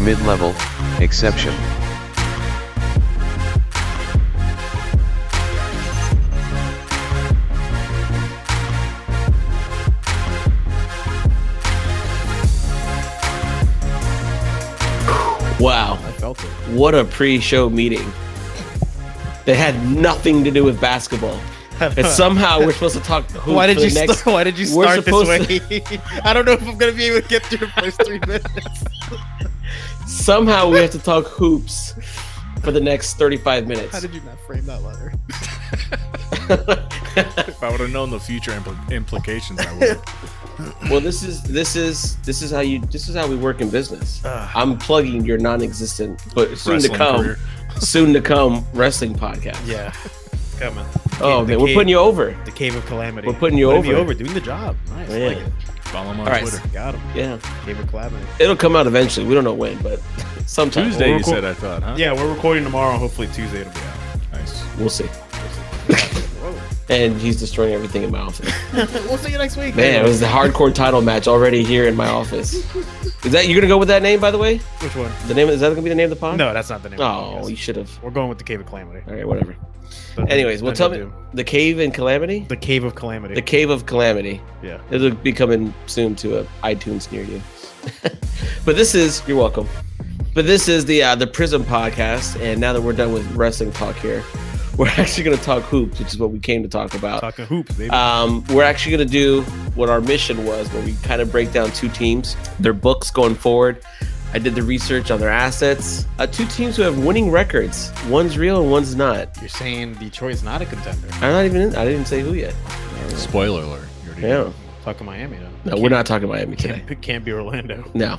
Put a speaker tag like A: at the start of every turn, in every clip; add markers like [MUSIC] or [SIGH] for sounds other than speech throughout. A: mid-level, exception.
B: Wow.
C: I felt it.
B: What a pre-show meeting. That had nothing to do with basketball.
C: [LAUGHS]
B: And somehow we're supposed to talk hoops
C: Why did
B: for
C: you?
B: the next
C: St- [LAUGHS] why did you
B: we're
C: start this
B: supposed
C: way? [LAUGHS] I don't know if I'm gonna be able to get through the first [LAUGHS] three minutes.
B: [LAUGHS] somehow we have to talk hoops for the next 35 minutes.
C: How did you not frame that letter?
D: If I would have known the future impl- implications, I
B: [LAUGHS]
D: would.
B: well, this is this is this is how you this is how we work in business.
D: Ah.
B: I'm plugging your non-existent but soon to come
D: career.
B: soon to come wrestling podcast.
C: Yeah, coming.
B: Oh, man, we're putting you over.
C: the cave of calamity.
B: We're putting you
C: Putting me
B: over.
C: over, doing the job. Nice.
B: Yeah.
C: Like it.
D: Follow him on
B: All right.
D: Twitter.
C: Got him.
B: Yeah.
C: Cave of calamity.
B: It'll come out eventually. We don't know when, but sometime
D: Tuesday, you
C: Oracle.
D: said, I thought, huh?
C: Yeah, we're recording tomorrow. Hopefully Tuesday it'll be out.
D: Nice.
B: we'll see.
C: Whoa. [LAUGHS]
B: And he's destroying everything in my office.
C: we'll see you next week.
B: Man, it was the hardcore title match already here in my office. Is that you're gonna go with that name, by the way?
C: Which one?
B: The name is that gonna be the name of the pod?
C: No, that's not the name. of the
B: Oh,
C: podcast.
B: you should have.
C: we're going with the cave of calamity.
B: All right, whatever.
C: But-
B: Anyways, well,
C: but
B: tell
C: no
B: me
C: doom.
B: the cave in calamity,
C: The cave of calamity.
B: the cave of calamity.
C: yeah.
B: It'll be coming soon to a iTunes near you. [LAUGHS] but this is you're welcome. But this is the uh, the Prism podcast, and now that we're done with wrestling talk here, [LAUGHS] we're actually going to talk hoops, which is what we came to talk about.
C: Talking hoops, baby.
B: Um, we're actually going to do what our mission was, where we kind of break down two teams, their books going forward. I did the research on their assets. Uh, two teams who have winning records. One's real and one's not.
C: You're saying Detroit's not a contender.
B: I'm not even. In, I didn't say who yet.
D: Spoiler alert. You already did.
B: Yeah.
C: Talking Miami though.
B: No, we're not talking Miami today.
C: Can't, can't be Orlando.
B: No.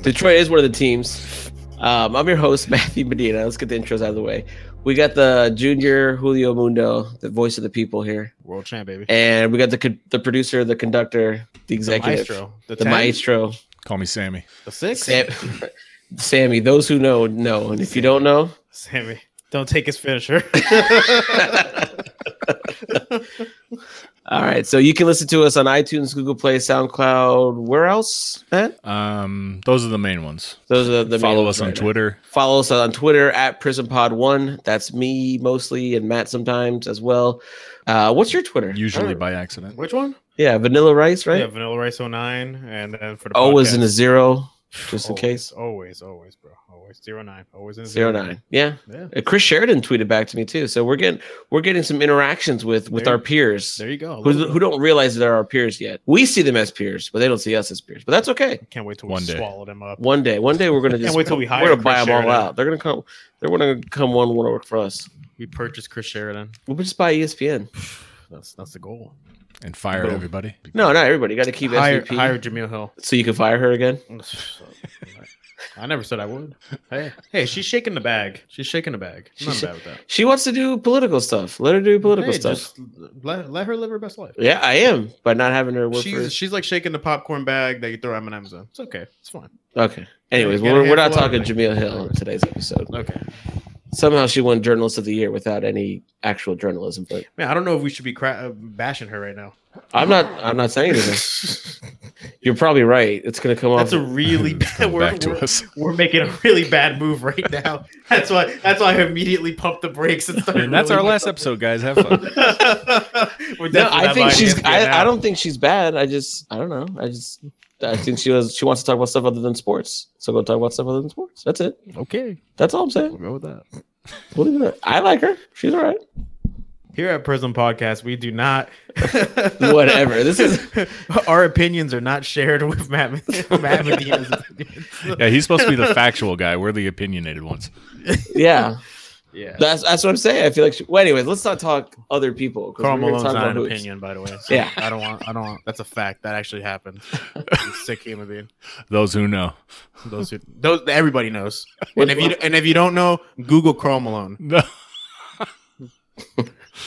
B: Detroit is one of the teams. Um, I'm your host, [LAUGHS] Matthew Medina. Let's get the intros out of the way. We got the junior Julio Mundo, the voice of the people here,
C: World champ, baby.
B: and we got the con- the producer, the conductor, the
C: the
B: executive,
C: maestro. The,
B: the
C: 10,
B: maestro,
D: Call me Sammy.
C: The six.
B: Sam- Sammy. Those who know know, and if you don't know,
C: [LAUGHS] Sammy. Don't take his finisher.
B: all right. So you can listen to us on iTunes, Google Play, SoundCloud. Where else? Matt?
D: Um, those are the main ones.
B: Those are the main
D: Follow
B: ones
D: us on
B: right now.
D: Twitter.
B: Follow us on Twitter at PrisonPod1. That's me mostly and Matt sometimes as well. Uh, what's your Twitter?
D: Usually
B: Uh,
D: by
C: [LAUGHS]
D: accident.
C: Which one?
B: yeah, Vanilla Rice,
C: Yeah,
B: right?
C: Vanilla Rice 09. And then for the
B: Always
C: podcast, Oh,
B: in a
C: [SIGHS]
B: zero, just in
C: always,
B: case.
C: Always, always, bro. Always. Zero nine. Always in a
B: Zero nine. Yeah.
C: Yeah.
B: Uh, Chris Sheridan tweeted back to me too. So we're getting we're getting some interactions with with
C: There-
B: our peers
C: There you go.
B: who, who don't realize they're our peers yet. We see them as peers, but they don't see us as peers. But that's okay.
C: Can't wait till
D: One
C: we
D: day.
C: swallow them up.
B: One day, one day we're
C: [LAUGHS]
B: gonna just
C: wait till we hire
B: we're gonna buy
C: Chris
B: them all
C: Sheridan.
B: out. They're gonna come. They're gonna come one want to work for us.
C: We purchased Chris Sheridan.
B: We'll just buy E ESPN.
C: That's that's the goal.
D: And fire everybody.
B: No, not everybody. Got to keep
C: Hire,
B: SVP.
C: hire Jameel Hill. [LAUGHS]
B: So you can fire her again?
C: I never said I would. Hey, hey, she's shaking the bag. She's shaking the bag. I'm
B: She's-
C: not bad with that.
B: She wants to do political stuff. Let her do political
C: Hey,
B: stuff.
C: just let, let her live her best life.
B: Yeah, I am by not having her work
C: She's,
B: for.
C: she's like shaking the popcorn bag that you throw M and M's in. It's okay. It's fine.
B: Okay. Anyways,
C: Yeah, you
B: we're,
C: gotta
B: we're not
C: handle
B: talking Jameel
C: everything.
B: Hill in today's episode.
C: Okay.
B: Somehow she won Journalist of the Year without any actual journalism. But
C: Man, I don't know if we should be cra- uh, bashing her right now.
B: I'm not. I'm not saying anything.
C: [LAUGHS] That's
B: You're probably right. It's gonna come off. [LAUGHS]
C: a really bad.
D: Come
C: We're,
D: back to
C: we're,
D: us.
C: we're making a really bad move right now. [LAUGHS] That's why. That's why I immediately pumped the brakes and started.
D: And that's our
C: really-
D: last episode, guys. Have fun.
C: [LAUGHS] We're definitely
B: no, I
C: not
B: think
C: buying
B: she's.
C: ESPN
B: I, I
C: now.
B: don't think she's bad. I just. I don't know. I just. I think she was. She wants to talk about stuff other than sports. So go talk about stuff other than sports. That's it.
D: okay.
B: That's all I'm saying.
D: go with that.
B: We'll leave it at that. I like her. She's all right.
C: Here at Prism Podcast, we do not.
B: [LAUGHS] Whatever. This is.
C: [LAUGHS] our opinions are not shared with Matt,
B: [LAUGHS]
C: Matt Medina's opinions.
D: [LAUGHS] Yeah, he's supposed to be the factual guy. We're the opinionated ones.
C: [LAUGHS]
B: Yeah.
C: Yeah.
B: That's that's what I'm saying. I feel like. She, well, anyways, let's not talk other people. 'cause
C: Carl
B: we're gonna
C: Malone's
B: talk
C: not
B: about
C: an
B: hoops.
C: opinion, by the way. So
B: [LAUGHS] Yeah.
C: I don't want. I don't want. That's a fact. That
B: [LAUGHS]
C: actually happened. I'm a sick human being.
D: Those who know.
C: Those who those
B: [LAUGHS]
C: everybody knows. And if you and if you don't know, Google Carl Malone.
D: No.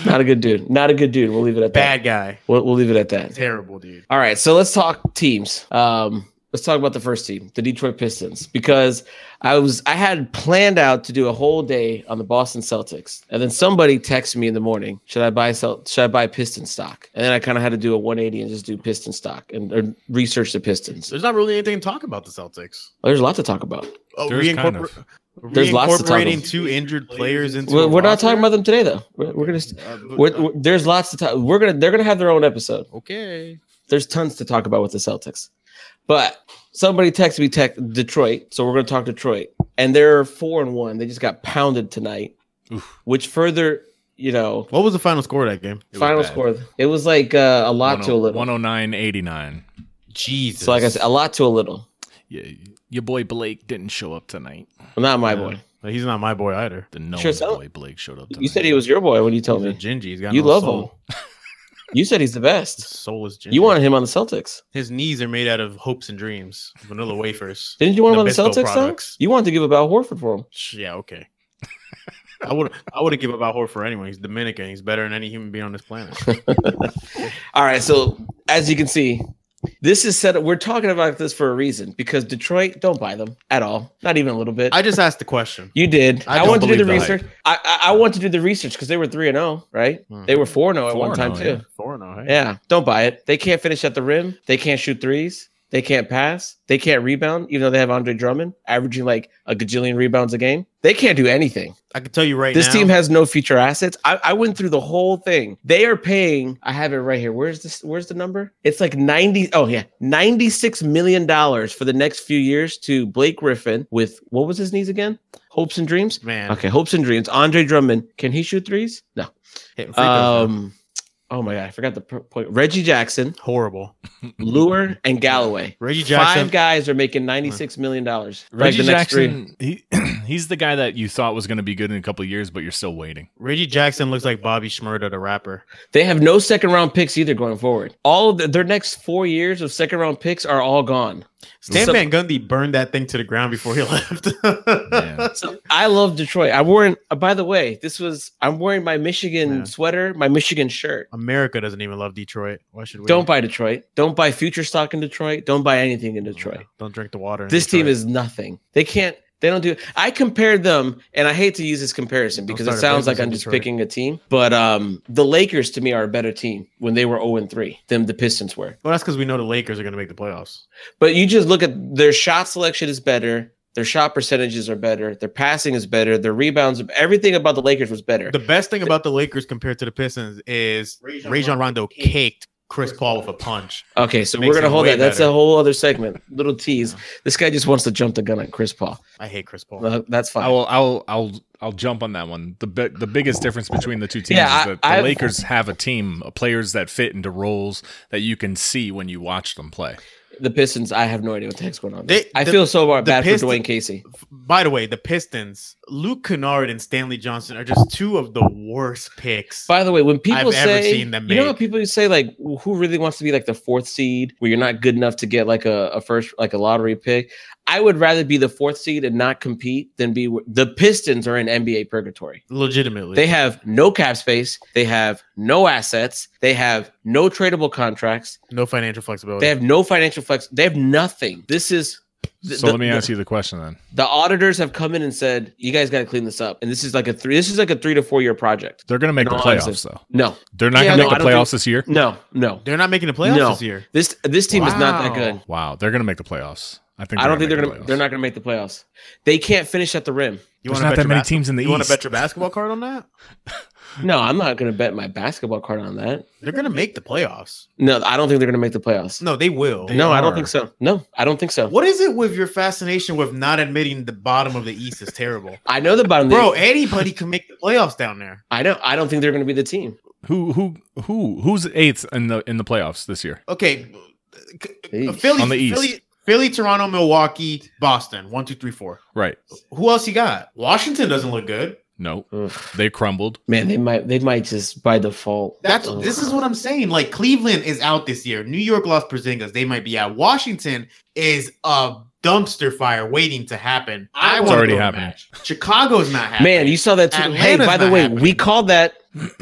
B: Not a good dude. Not a good dude. We'll leave it at that.
C: Bad guy.
B: We'll, we'll leave it at that.
C: Terrible dude.
B: All right. So let's talk teams. Um, let's talk about the first team, the Detroit Pistons, because I was I had planned out to do a whole day on the Boston Celtics, and then somebody texted me in the morning, should I buy Celt- should I buy Piston stock? And then I kind of had to do a 180 and just do Piston stock and or research the Pistons.
C: There's not really anything to talk about the Celtics.
B: There's a lot to talk about.
C: Oh,
D: There's
C: reincorpor-
D: kind of.
B: There's lots to talk
C: reincorporating
B: about.
C: two injured players into.
B: We're,
C: a
B: we're not talking about them
C: roster?
B: today though. We're, we're gonna st-
C: Uh, but-
B: we're, we're- there's lots to talk. We're gonna they're gonna have their own episode.
C: okay.
B: there's tons to talk about with the Celtics. But somebody texted me tech Detroit, so we're going to talk Detroit, and they're four and one. They just got pounded tonight,
D: Oof.
B: which further, you know,
C: What was the final score of that game?
D: It was
B: final
D: bad.
B: score. It was like uh, a lot
C: oh-
B: to a little.
D: 109.89.
C: Jesus.
B: So like I said, a lot to a little.
D: Yeah, your boy Blake didn't show up tonight.
B: Well, not my
C: Yeah.
B: boy.
C: But he's not my boy either.
D: The no
B: Sure,
D: one's
B: so-
D: boy Blake showed up. Tonight.
B: You said he was your boy when you told
C: he's a
B: me.
C: Gingy. He's got
B: You
C: no
B: love
C: soul.
B: him. You said he's the best.
C: Soulless Gingy.
B: You wanted him on the Celtics.
C: his knees are made out of hopes and dreams, vanilla wafers.
B: Didn't you want him on the
C: Nabisco
B: Celtics though?
C: products.
B: You wanted to give up Al Horford for him.
C: Sh- Yeah, okay. I would I would have given about Horford for anyone. He's Dominican. He's better than any human being on
B: [LAUGHS]
C: this planet.
B: All right. So as you can see, this is set up. We're talking about this for a reason because Detroit don't buy them at all. Not even a little bit.
C: I just asked the question.
B: you did.
C: I
B: I,
C: don't
B: want to do the
C: believe the hype.
B: research. I, I I want to do the research because they were three and zero, right?
C: Hmm.
B: They were four and zero at one
D: 4 and
B: time
D: 0,
B: too.
C: Four now,
B: Yeah. Don't buy it. They can't finish at the rim. They can't shoot threes. They can't pass. They can't rebound, even though they have Andre Drummond averaging like a gajillion rebounds a game. They can't do anything.
C: I can tell you right
B: This
C: now.
B: team has no future assets. I, I went through the whole thing. They are paying. I have it right here. Where's this? Where's the number? It's like ninety. Oh yeah, ninety six million dollars for the next few years to Blake Griffin with what was his knees again? Hopes and dreams.
C: man.
B: Okay, hopes and dreams. Andre Drummond. Can he shoot threes? No.
C: hitting free throws now.
B: Um. Oh my god, I forgot the per- point. Reggie Jackson,
C: horrible.
B: Lure, and Galloway.
C: Reggie Mm-hmm. Jackson.
B: Five guys are making ninety six million dollars.
D: Reggie Jackson. He, [CLEARS THROAT] he's the guy that you thought was going to be good in a couple of years, but you're still waiting.
C: Reggie Jackson looks like Bobby Shmurda, the rapper.
B: They have no second round picks either going forward. All of the, their next four years of second round picks are all gone.
C: Stan
B: So-
C: Van Gundy burned that thing to the ground before he [LAUGHS] left.
D: Yeah.
B: So I love Detroit. I'm wearing. Uh, by the way, this was I'm wearing my Michigan
C: Yeah.
B: sweater, my Michigan shirt.
C: [LAUGHS] America doesn't even love Detroit. Why should we?
B: Don't buy Detroit. Don't buy future stock in Detroit. Don't buy anything in Detroit.
C: Don't drink the water. in
B: This team
C: Detroit.
B: is nothing. They can't. They don't do. I compared them, and I hate to use this comparison
C: Don't
B: because it
C: start a
B: sounds
C: business
B: like I'm
C: in
B: just
C: Detroit.
B: picking a team. But um, the Lakers to me are a better team when they were 0 and 3 than the Pistons were.
C: Well, that's because we know the Lakers are going to make the playoffs.
B: But you just look at their shot selection is better. Their shot percentages are better. Their passing is better. Their rebounds, everything about the Lakers was better.
C: The best thing about the Lakers compared to the Pistons is Rajon Rondo caked Chris Paul with a punch.
B: Okay, so
C: Makes
B: we're gonna
C: him
B: hold
C: way
B: that. That's
C: better.
B: a whole other segment. Little tease. This guy just wants to jump the gun on Chris Paul.
C: I hate Chris Paul.
B: Uh, That's fine.
D: I will. I'll. I'll. I'll jump on that one. The bi- the biggest difference between the two teams
B: Yeah,
D: is
B: I-
D: that the
B: I've-
D: Lakers have a team, uh, players that fit into roles that you can see when you watch them play.
B: the Pistons. I have no idea what the heck's going on.
C: They-
B: there. I
C: the-
B: feel so bad
C: the
B: for
C: Pistons-
B: Dwayne Casey.
C: By the way, the Pistons, Luke Kennard and Stanley Johnson are just two of the worst picks.
B: By the way, when people
C: I've
B: say
C: ever seen them
B: you know how
C: make.
B: people say like who really wants to be like the fourth seed where you're not good enough to get like a, a first like a lottery pick. I would rather be the fourth seed and not compete than be the Pistons are in NBA purgatory.
C: legitimately.
B: They have no cap space. They have no assets. They have no tradable contracts.
C: no financial flexibility.
B: They have no financial flex. They have nothing. This is. th-
D: So
B: the,
D: let me ask you the question then.
B: The, the auditors have come in and said, "You guys got to clean this up." And this is like a three. This is like a three to four year project.
D: They're going to make
B: No,
D: the
B: honestly.
D: playoffs though.
B: No,
D: They're not
B: Yeah,
D: going to
B: no,
D: make
B: I
D: the
B: don't
D: playoffs
B: think-
D: this year.
B: no, no.
C: They're not making the playoffs
B: No.
C: this year.
B: This this team is not that
C: Wow.
B: good.
D: Wow, they're going to make the playoffs. I think.
B: I don't think they're
D: make
B: gonna.
D: the
B: They're
D: playoffs.
B: not gonna make the playoffs. They can't finish at the rim.
C: You
D: There's
C: wanna
D: not
C: bet
D: that
C: your
D: many
C: bas-
D: teams in the
C: You want to
D: East.
C: bet your basketball card on that?
B: No, I'm not gonna bet my basketball card on that.
C: They're going to make the playoffs.
B: No, I don't think they're gonna make the playoffs.
C: No, they will.
B: no, I don't
D: are.
B: think so. No, I don't think so.
C: What is it with your fascination with not admitting the bottom of the East
B: [LAUGHS]
C: is terrible?
B: I know the bottom.
C: Bro, anybody can make the playoffs down there.
B: I don't. I don't think they're gonna be the team.
D: Who who who who's eighth in the in the playoffs this year?
C: Okay,
B: Jeez.
C: uh, Philly
D: On the East.
C: Philly, Philly, Toronto, Milwaukee, Boston. One, two, three, four.
D: Right.
C: Who else you got? Washington doesn't look good.
D: No,
B: Ugh.
D: they crumbled.
B: Man, they might they might just by default.
C: That's
B: Ugh.
C: this is what I'm saying. Like Cleveland is out this year. New York lost Porzingis. They might be out. Washington is a dumpster fire waiting to happen. I
D: It's
C: wanna
D: already
C: go to
D: happening.
C: match. Chicago's not happening.
B: man. You saw that. Too. Hey,
C: Atlanta's
B: by the
C: not
B: way,
C: happening.
B: we called that.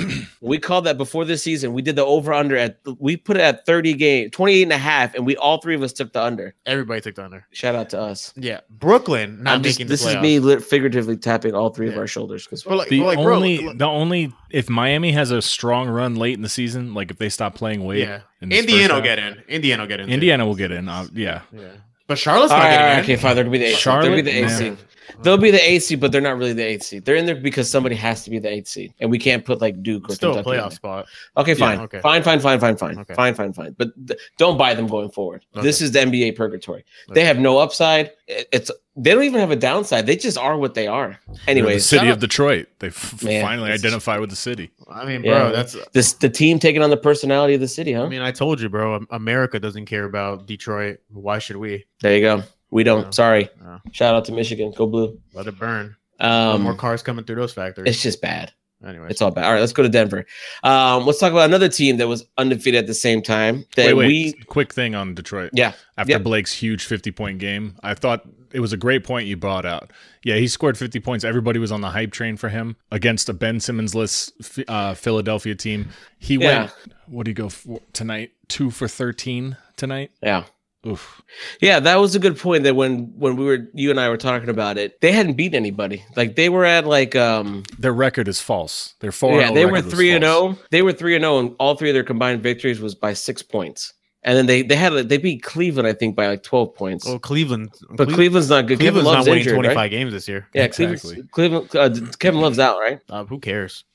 B: [CLEARS THROAT] we called that before this season. We did the over under at we put it at 30 game, 28 and a half, and we all three of us took the under.
C: Everybody took the under.
B: Shout out to us.
C: Yeah, Brooklyn not
B: I'm just,
C: making
B: this
C: the
B: is
C: playoffs.
B: me lit, figuratively tapping all three of
C: Yeah.
B: our shoulders because
C: But like,
D: The
C: but like, bro,
D: only,
C: look-
D: the only, if Miami has a strong run late in the season, like if they stop playing Wade,
C: yeah,
D: this first
C: Indiana will
D: half-
C: get in. Indiana will get in. too.
D: Indiana will get in. Uh, yeah,
C: Yeah, but Charlotte's
B: all
C: not
B: right, all
C: getting
B: right,
C: in.
B: okay, fine. They'll be the eighth. seed. They'll be
D: Charlotte?
B: the eighth
D: Man.
B: seed. They'll be the eighth seed, but they're not really the eighth seed. They're in there because somebody has to be the eighth seed, and we can't put like Duke or
C: Still a
B: Kentucky in there.
C: playoff spot.
B: Okay,
D: Yeah,
B: fine.
C: okay.
B: Fine, fine, fine, fine, fine.
C: Okay.
B: Fine, fine, fine. But th- don't buy them going forward. This
C: Okay.
B: is the NBA purgatory. They
C: Okay.
B: have no upside. It- It's they don't even have a downside. They just are what they are.
D: They're the
B: Anyways,
D: city
C: shout
D: of Detroit. They f-
B: Man,
D: finally
B: this is-
D: identify with the city.
C: I mean,
B: Yeah.
C: bro, that's.
B: this the team taking on the personality of the city, huh?
C: I mean, I told you, bro. Am- America doesn't care about Detroit. Why should we?
B: there you go. We don't.
C: Yeah.
B: Sorry.
C: Yeah.
B: Shout out to Michigan. Go blue.
C: Let it burn. No more
B: Um,
C: cars coming through those
B: it's
C: factories.
B: just bad.
C: Anyway,
B: It's all bad. All right, let's go to Denver. Um, let's talk about another team that was undefeated at the same time. That
D: Wait, wait.
B: we
D: Quick thing on Detroit.
B: Yeah.
D: After
B: Yeah.
D: Blake's huge 50 point game, I thought it was a great point you brought out. Yeah, he scored 50 points. Everybody was on the hype train for him against a Ben Simmons less uh, Philadelphia team. He
B: Yeah.
D: went, what do you go for tonight? Two for 13 tonight?
B: yeah.
D: Oof.
B: Yeah, that was a good point that when when we were you and I were talking about it, they hadn't beaten anybody. Like they were at like um
D: Their record is false. oh, Their 4
B: yeah, they were 3 and 0. They were 3 and 0 and all three of their combined victories was by 6 points. And then they they had like, they beat Cleveland I think by like 12 points.
C: oh, Cleveland.
B: but
C: Cle-
B: Cleveland's not good. Cleveland
C: Cleveland's not
B: loves
C: winning
B: injured,
C: 25
B: right?
C: games this year.
B: Yeah,
D: Exactly.
B: Cleveland's, Cleveland uh, Kevin Love's out, right?
C: Uh, who cares?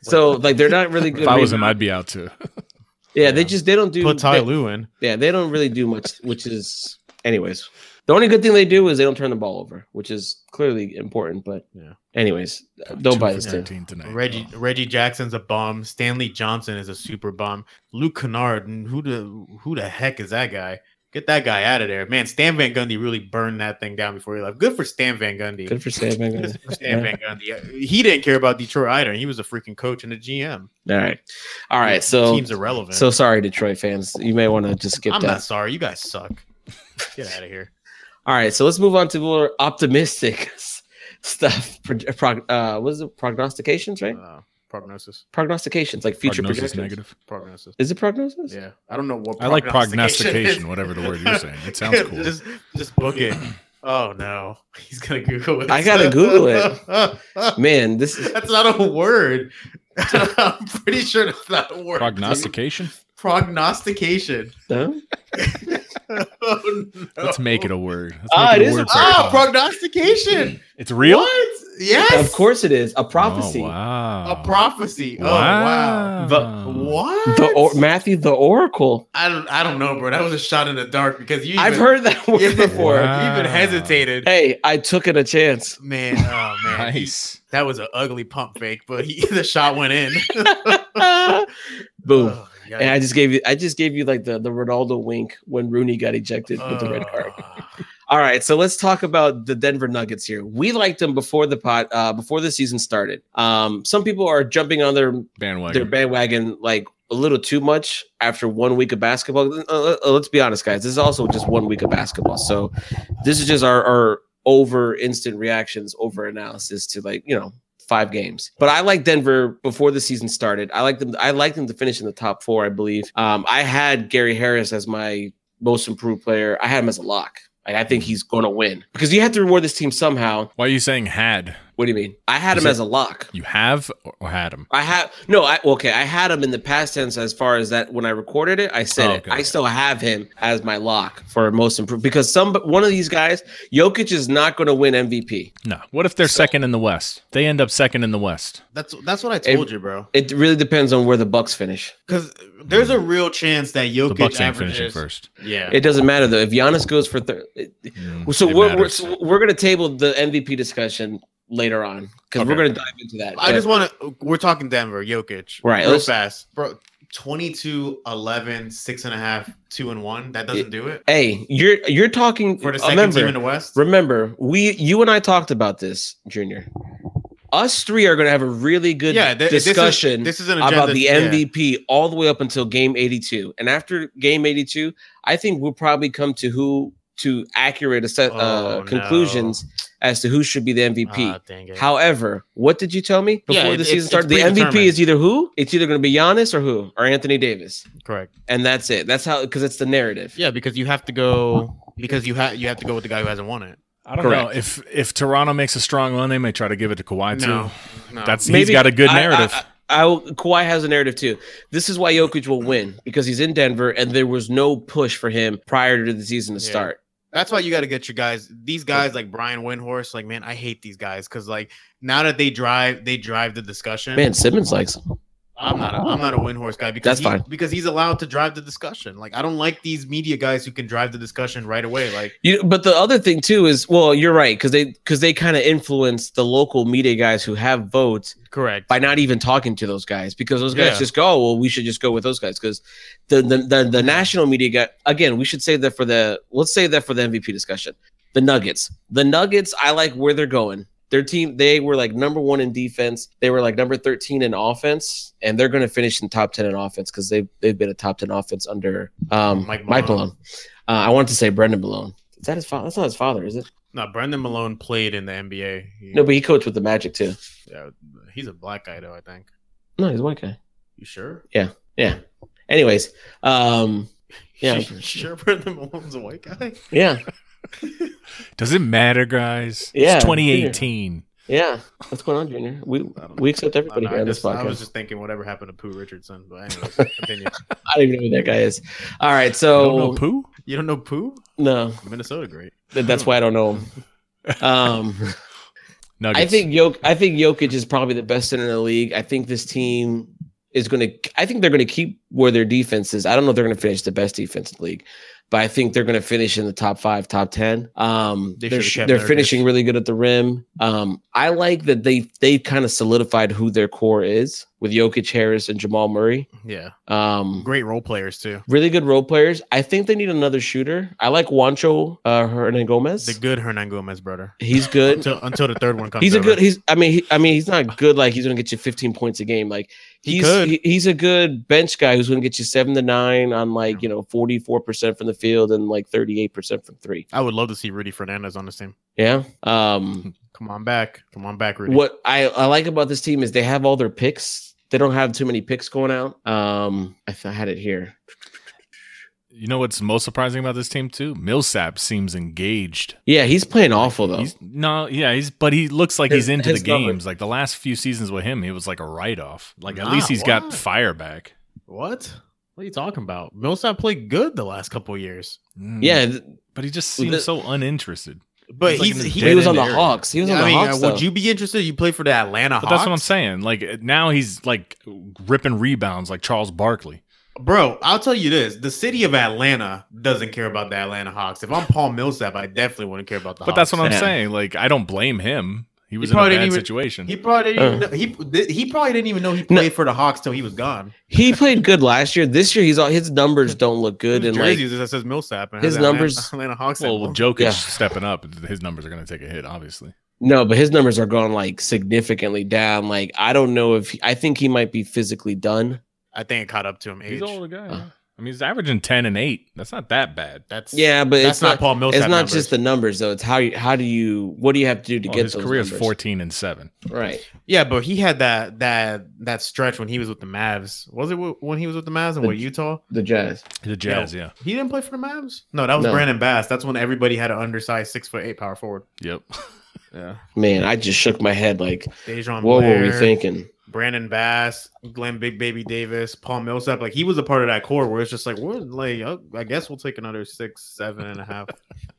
B: So like they're not really good.
D: If I was him,
B: rebound-
D: I'd be out too.
B: yeah, they just they don't do
C: Put Ty
B: they-
C: Lue in.
B: Yeah, they don't really do much, which is, anyways. The only good thing they do is they don't turn the ball over, which is clearly important. But,
C: Yeah.
B: anyways, [LAUGHS] don't buy
D: Two
B: this
D: for
B: team.
D: 13 tonight. Oh.
C: Reggie Reggie Jackson's a bum. Stanley Johnson is a super bum. Luke Kennard, n- who the who the heck is that guy? Get that guy out of there, man. Stan Van Gundy really burned that thing down before he left. Good for Stan Van Gundy.
B: Good for Sam. Van
C: [LAUGHS]
B: Gundy.
C: Good for Stan Van Gundy. He didn't care about Detroit either. He was a freaking coach and a GM.
B: All right, all
C: Yeah,
B: right. So,
C: team's irrelevant.
B: so sorry, Detroit fans. You may want to just skip
C: I'm
B: that.
C: not sorry. You guys
B: [LAUGHS]
C: suck. Get out of here.
B: All right, so let's move on to more optimistic [LAUGHS] stuff. Pro- prog- uh, what is it? Prognostications, right?
C: Uh, prognosis.
B: Prognostications, like future
D: Prognosis
B: projections.
D: negative.
C: Prognosis.
B: Is it prognosis?
C: Yeah, I don't know what.
D: I like
C: is.
D: prognostication, whatever the word you're saying.
C: [LAUGHS]
D: It sounds cool.
C: just, just book it. Oh no, he's gonna Google it.
B: I gotta Google it.
C: [LAUGHS] that's
B: Man, this is
C: not a word. [LAUGHS] I'm pretty sure that's not a word.
D: Prognostication?
C: Prognostication. [LAUGHS]
B: huh?
C: Oh, no.
D: Let's make it a word. Let's
B: Ah,
D: make
B: it is a
D: word for a
C: Ah,
D: pod.
C: prognostication.
D: It's real?
C: What? Yes.
B: Of course it is. A prophecy.
D: Oh, wow.
C: A prophecy. Oh wow.
D: Wow.
C: The, what?
B: The or- Matthew the Oracle.
C: I don't. I don't know, bro. That was a shot in the dark because you.
B: I've
C: even-
B: heard that [LAUGHS]
C: you
B: word
C: even-
B: before.
D: Wow.
C: You even hesitated.
B: Hey, I took it a
C: [LAUGHS]
B: chance.
C: Man, oh
B: [LAUGHS]
C: man, he-
D: Nice.
C: that was an ugly pump fake, but he, [LAUGHS] the shot
B: [LAUGHS]
C: went in.
B: Boom.
C: Oh,
B: and I just gave you I just gave you like the, the Ronaldo wink when Rooney got ejected with the
C: Oh.
B: red card.
C: Ah.
B: All right, so let's talk about the Denver Nuggets here. We liked them before the pot uh, before the season started. Um, some people are jumping on their their
D: Bandwagon.
B: bandwagon like a little too much after one week of basketball. Uh, uh, uh, let's be honest, guys. This is also just one week of basketball. So this is just our, our over instant reactions, over analysis to like, you know, five games. But I like Denver before the season started. I like them. I like them to finish in the top four, I believe. Um, I had Gary Harris as my most improved player. I had him as a lock. Like, I think he's going to win because you have to reward this team somehow.
D: Why are you saying had?
B: What do you mean? I had
D: Is
B: him
D: it-
B: as a lock.
D: You have or- or had him?
B: I have no. I okay. I had him in the past tense as far as that when I recorded it. I said
D: Oh,
B: it.
D: okay,
B: I
D: okay.
B: still have him as my lock for most improved because some one of these guys, Jokic is not going to win MVP.
D: No. What if they're second in the West? They end up second in the West.
C: that's that's what I told you, bro.
B: It really depends on where the Bucks finish.
C: Because there's a real chance that
D: The Bucks
C: Jokic
D: ain't finishing
C: averages.
D: first.
C: Yeah,
B: It doesn't matter though. If Giannis goes for third,
D: Mm,
B: so
D: it
B: we're, we're
D: matters.
B: so we're going to table the MVP discussion later on because we're
D: Okay.
B: going to dive into that.
C: I
B: But-
C: just want to. We're talking Denver, Jokic,
B: Right,
C: Real
B: let's-
C: fast, bro. 22, 11, six and a half, two and one. That doesn't do it
B: hey, you're you're talking
C: for the second
B: remember,
C: team in the West.
B: Remember, we you and I talked about this, Junior. Us three are going to have a really good
C: Yeah, th- this is-
B: discussion
C: This is an agenda.
B: about the
C: yeah.
B: MVP all the way up until game 82. And after game 82, I think we'll probably come to who to accurate asse-
C: Oh,
B: uh,
C: no.
B: conclusions as to who should be the MVP.
C: Ah, dang it.
B: However, what did you tell me before
C: Yeah, it-
B: the
C: it's-
B: season
C: it's
B: started? The MVP
C: predetermined.
B: is either who? It's either going to be Giannis or who? Or Anthony Davis.
C: correct?
B: And that's it. That's how because it's the narrative.
C: Yeah, because you have to go because you have you have to go with the guy who hasn't won it.
D: I don't
B: Correct.
D: know if if Toronto makes a strong run, they may try to give it to Kawhi too.
C: No, no.
D: That's he's got a good
B: Um, I- I-
D: narrative.
B: I, I, will- Kawhi has a narrative too. This is why Jokic will win because he's in Denver and there was no push for him prior to the season to
C: Yeah.
B: start.
C: That's why you got to get your guys. These guys like Brian Windhorst, like man, I hate these guys because like now that they drive, they drive the discussion.
B: Man, Simmons likes him.
C: I'm not, a, I'm not a Windhorst guy
B: That's
C: because he-
B: fine.
C: because he's allowed to drive the discussion. Like I don't like these media guys who can drive the discussion right away. Like
B: You, but the other thing too is, well, you're right because they because they kind of influence the local media guys who have votes
C: correct.
B: by not even talking to those guys because those guys
C: Yeah.
B: just go, oh, well, we should just go with those guys because the the, the the national media guy again. We should say that for the let's say that for the MVP discussion. The Nuggets, the Nuggets, I like where they're going. Their team, they were like number one in defense. They were like number thirteen in offense, and they're going to finish in top ten in offense because they they've been a top ten offense under um,
C: Mike
B: Mike, Mike
C: Malone.
B: Malone. Uh, I wanted to say Brendan Malone. Is that his father? That's not his father, is it?
C: No, Brendan Malone played in the NBA. He-
B: No, but he coached with the Magic too.
C: yeah, he's a black guy though. I think.
B: No, he's a white guy.
C: You sure?
B: Yeah. Anyways, um, Yeah.
C: You sure, Brendan Malone's a white guy.
B: yeah.
D: Does it matter, guys?
B: Yeah,
D: it's 2018.
B: Yeah, what's going on, Junior? We
C: I don't
B: we
C: know.
B: accept everybody
C: I,
B: here on
C: just,
B: this
C: I
B: podcast.
C: was just thinking, whatever happened to Pooh Richardson? But anyways, [LAUGHS] continue.
B: I don't even know who that guy is. All right,
D: You don't know
B: so
D: poo?
C: You don't know Pooh?
B: no,
C: Minnesota great.
B: th- that's why I don't know him. Um,
C: [LAUGHS]
D: Nuggets.
B: I think Jok- I think Jokic is probably the best center in the league. I think this team is going to. I think they're going to keep where their defense is. I don't know if they're going to finish the best defense in the league, but I think they're going to finish in the top five, top ten. Um,
C: They
B: they are
C: should've kept
B: they're
C: Nurkic.
B: finishing really good at the rim. Um, I like that they they kind of solidified who their core is with Jokic, Harris, and Jamal Murray.
C: Yeah,
B: Um,
C: great role players too.
B: really good role players. I think they need another shooter. I like Juancho uh, Hernan Gomez.
C: The good Hernan Gomez brother.
B: he's
C: [LAUGHS]
B: good.
C: Until until the third one comes.
B: He's a
C: over.
B: good. He's. I mean. He, I mean. He's not good. Like he's gonna get you 15 points a game. Like
C: He
B: he's.
C: could.
B: he- he's a good bench guy who's gonna get you seven to nine on like you know 44 percent from the field and like 38 percent from three.
C: I would love to see Rudy Fernandez on this team.
B: Yeah.
C: [LAUGHS]
B: Um.
C: Come on back. Come on back, Rudy.
B: What I I like about this team is they have all their picks. They don't have too many picks going out. Um. I, th- I had it here.
D: you know what's most surprising about this team too. Millsap seems engaged.
B: Yeah. He's playing awful though.
D: He's no, yeah, he's but he looks like
B: His-
D: he's into the
B: his numbers.
D: games. Like the last few seasons with him, he was like a write off. Like at
B: Ah,
C: Nah,
D: least he's
C: why?
D: got fire back.
C: What? What are you talking about? Millsap played good the last couple of years,
D: Mm,
B: yeah. th-
D: but he just
B: Well,
D: seems
B: the-
D: so uninterested.
C: but
D: He's like
C: he's,
D: in his
C: he,
B: He was on the
D: area.
B: Hawks. He was on
C: I
B: the
C: mean,
B: Hawks.
C: uh,
B: though.
C: would you be interested? You play for the Atlanta
D: But
C: Hawks.
D: that's what I'm saying. Like now he's like ripping rebounds like Charles Barkley.
C: Bro, I'll tell you this: the city of Atlanta doesn't care about the Atlanta Hawks. If I'm Paul Millsap, I definitely wouldn't care about the.
D: But that's
C: Hawks.
D: what I'm
B: Yeah.
D: saying. Like I don't blame him. He was in a
C: probably didn't
D: bad
C: even-
D: situation.
C: He probably didn't
B: Uh.
C: even know, he he probably didn't even know he played for the Hawks till he was gone.
B: he played good last year. This year, he's all his numbers don't look good.
C: His
B: And like,
C: jersey that says Millsap. And
B: his
C: has Atlanta-
B: numbers-
C: [LAUGHS] Atlanta Hawks.
D: well,
C: emblem.
D: with Jokic
B: Yeah.
D: stepping up, his numbers are going to take a hit, obviously.
B: no, but his numbers are going like significantly down. Like, I don't know if I think he might be physically done.
C: I think it caught up to him. Age.
D: He's an older guy.
B: Uh.
D: yeah. I mean, he's averaging ten and eight. That's not that bad.
C: That's
B: Yeah, but
C: That's
B: it's
C: not,
B: not.
C: Paul Millsap.
B: it's not
C: numbers. Oh,
B: just the numbers though. It's how you, how do you what do you have to do to
D: Well,
B: get
D: his
B: those
D: career is
B: numbers?
D: fourteen and seven.
B: Right.
C: Yeah, but he had that that that stretch when he was with the Mavs. Was it wh- when he was with the Mavs and
B: The-
C: what Utah?
B: The Jazz.
D: The Jazz, yeah,
C: He didn't play for the Mavs. No, that was
B: No.
C: Brandon Bass. That's when everybody had an undersized six foot eight power forward.
D: yep.
C: [LAUGHS] Yeah,
B: Man, I just shook my head like,
C: Dejon
B: what
C: Blair,
B: were we thinking?
C: Brandon Bass, Glenn Big Baby Davis, Paul Millsap. Like he was a part of that core where it's just like, we're like, oh, I guess we'll take another six, seven and a half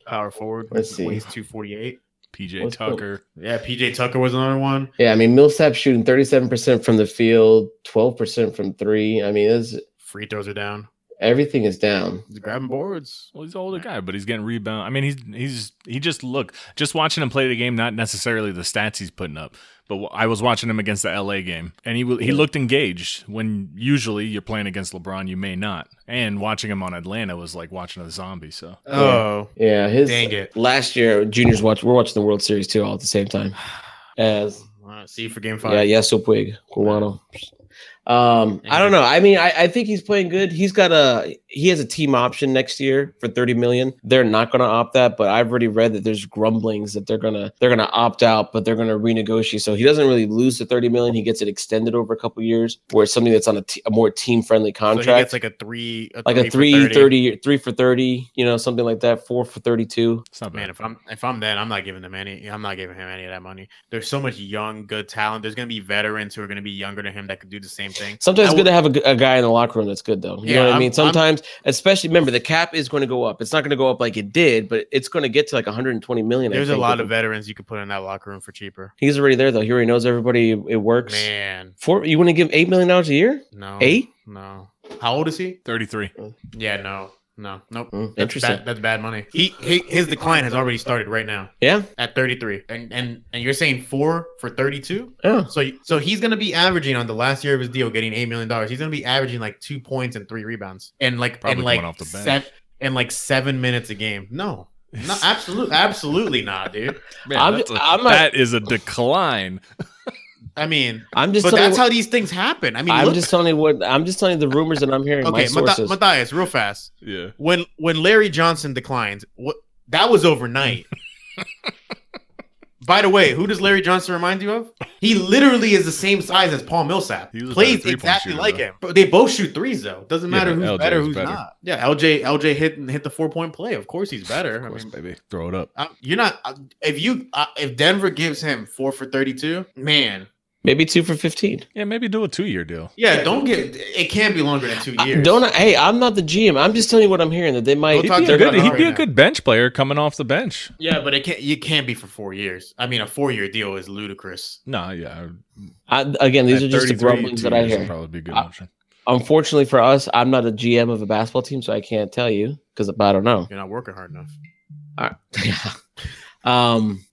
C: power forward.
B: [LAUGHS] Let's see.
C: Weighs two forty eight.
D: PJ
B: What's the-
D: Tucker.
C: Yeah, PJ Tucker was another one.
B: Yeah, I mean Millsap shooting 37% from the field, 12% from three. I mean, it's,
C: Free throws are down.
B: everything is down.
C: He's grabbing boards.
D: Well, he's an older guy, but he's getting rebound. I mean, he's he's he just look just watching him play the game, not necessarily the stats he's putting up. But wh- I was watching him against the LA game, and he wa- he
B: Yeah.
D: looked engaged. When usually you're playing against LeBron, you may not. And watching him on Atlanta was like watching a zombie. So
C: Oh,
B: Yeah, his
C: dang it.
B: last year juniors watch we're watching the world series too all at the same time as
C: [SIGHS] All right, see you for game
B: yeah
C: five.
B: Yasiel Puig Guano. Um, I don't know. I mean, I, I think he's playing good. He's got a he has a team option next year for 30 million. They're not gonna opt that, but I've already read that there's grumblings that they're gonna they're gonna opt out, but they're gonna renegotiate. So he doesn't really lose the 30 million. He gets it extended over a couple years, where it's something that's on a, t- a more team friendly
C: So he
B: contract.
C: gets like a three,
B: like a
C: three
B: three
C: for
B: 30. three for 30, you know, something like that, four for 32.
D: It's not
C: Man,
D: bad.
C: if I'm if I'm then I'm not giving them any. I'm not giving him any of that money. There's so much young, good talent. There's gonna be veterans who are gonna be younger than him that could do the same thing.
B: Sometimes
C: I
B: it's good to have a, g- a guy in the locker room that's good, though. You
C: Yeah,
B: know what I
C: I'm-
B: mean?
C: I'm-
B: Sometimes, especially remember, the cap is going to go up. It's not going to go up like it did, but it's going to get to like 120 million. I
C: There's a
B: think,
C: lot
B: if-
C: of veterans you could put in that locker room for cheaper.
B: He's already there, though. He already knows everybody. It works.
C: Man,
B: Four, you want to give $8 million a year?
C: no,
B: Eight?
C: no. How old is he?
D: 33.
C: Yeah, no, no, nope.
B: Mm,
C: That's
B: interesting.
C: Bad, that's bad money. He, he his decline has already started right now
B: Yeah.
C: at 33, and and and you're saying four for 32.
B: Yeah.
C: So so he's gonna be averaging on the last year of his deal, getting eight million dollars. He's gonna be averaging like two points and three rebounds, and like
D: Probably
C: and like
D: coming off the bench.
C: sev- and like seven minutes a game. No, no, absolutely, absolutely not, dude.
D: Man,
B: I'm-
D: that's a-
B: I'm a-
D: that is a decline.
C: I mean,
B: I'm just
C: but
B: telling
C: that's
B: you.
C: how these things happen. I mean,
B: I'm
C: look-
B: just telling you what I'm just telling you the rumors that I'm hearing. my
C: okay, Matthias,
B: sources.
C: Matthias, real fast.
D: Yeah.
C: when when Larry Johnson declined, what that
B: [LAUGHS]
C: was overnight. By the way, who does Larry Johnson remind you of? He literally is the same size as Paul Millsap.
D: He was a better
C: Plays
D: three-point
C: exactly
D: shooter,
C: like
D: though.
C: him. But they both shoot threes though. Doesn't
D: Yeah,
C: matter
D: but
C: who's
D: LJ
C: better,
D: was
C: who's
D: better.
C: not. Yeah, LJ LJ hit hit the four point play. Of course he's better.
D: Of course,
C: I mean,
D: baby. Throw it up.
C: I- you're not I- if you uh, if Denver gives him four for thirty two, man.
B: Maybe two for 15.
D: Yeah, maybe do a two year deal.
C: Yeah, don't get it. Can't be longer than two
B: I-
C: years.
B: don't I, hey, I'm not the GM. I'm just telling you what I'm hearing that they might.
C: Don't
D: He'd
C: talk
D: be,
C: to
D: a
C: me about
D: good, he'd be a
C: Harden.
D: good bench player coming off the bench.
C: Yeah, but it can't. You can't be for four years. I mean, a four year deal is ludicrous.
D: No, yeah.
B: I, again, these are
D: At
B: just the
D: 33,
B: grumblings
D: two
B: that I
D: years would
B: hear.
D: Probably be a
C: Uh,
D: good
B: I-
D: option.
B: Unfortunately for us, I'm not a GM of a basketball team, so I can't tell you because I don't [LAUGHS] know.
C: You're not working hard enough.
B: I- um,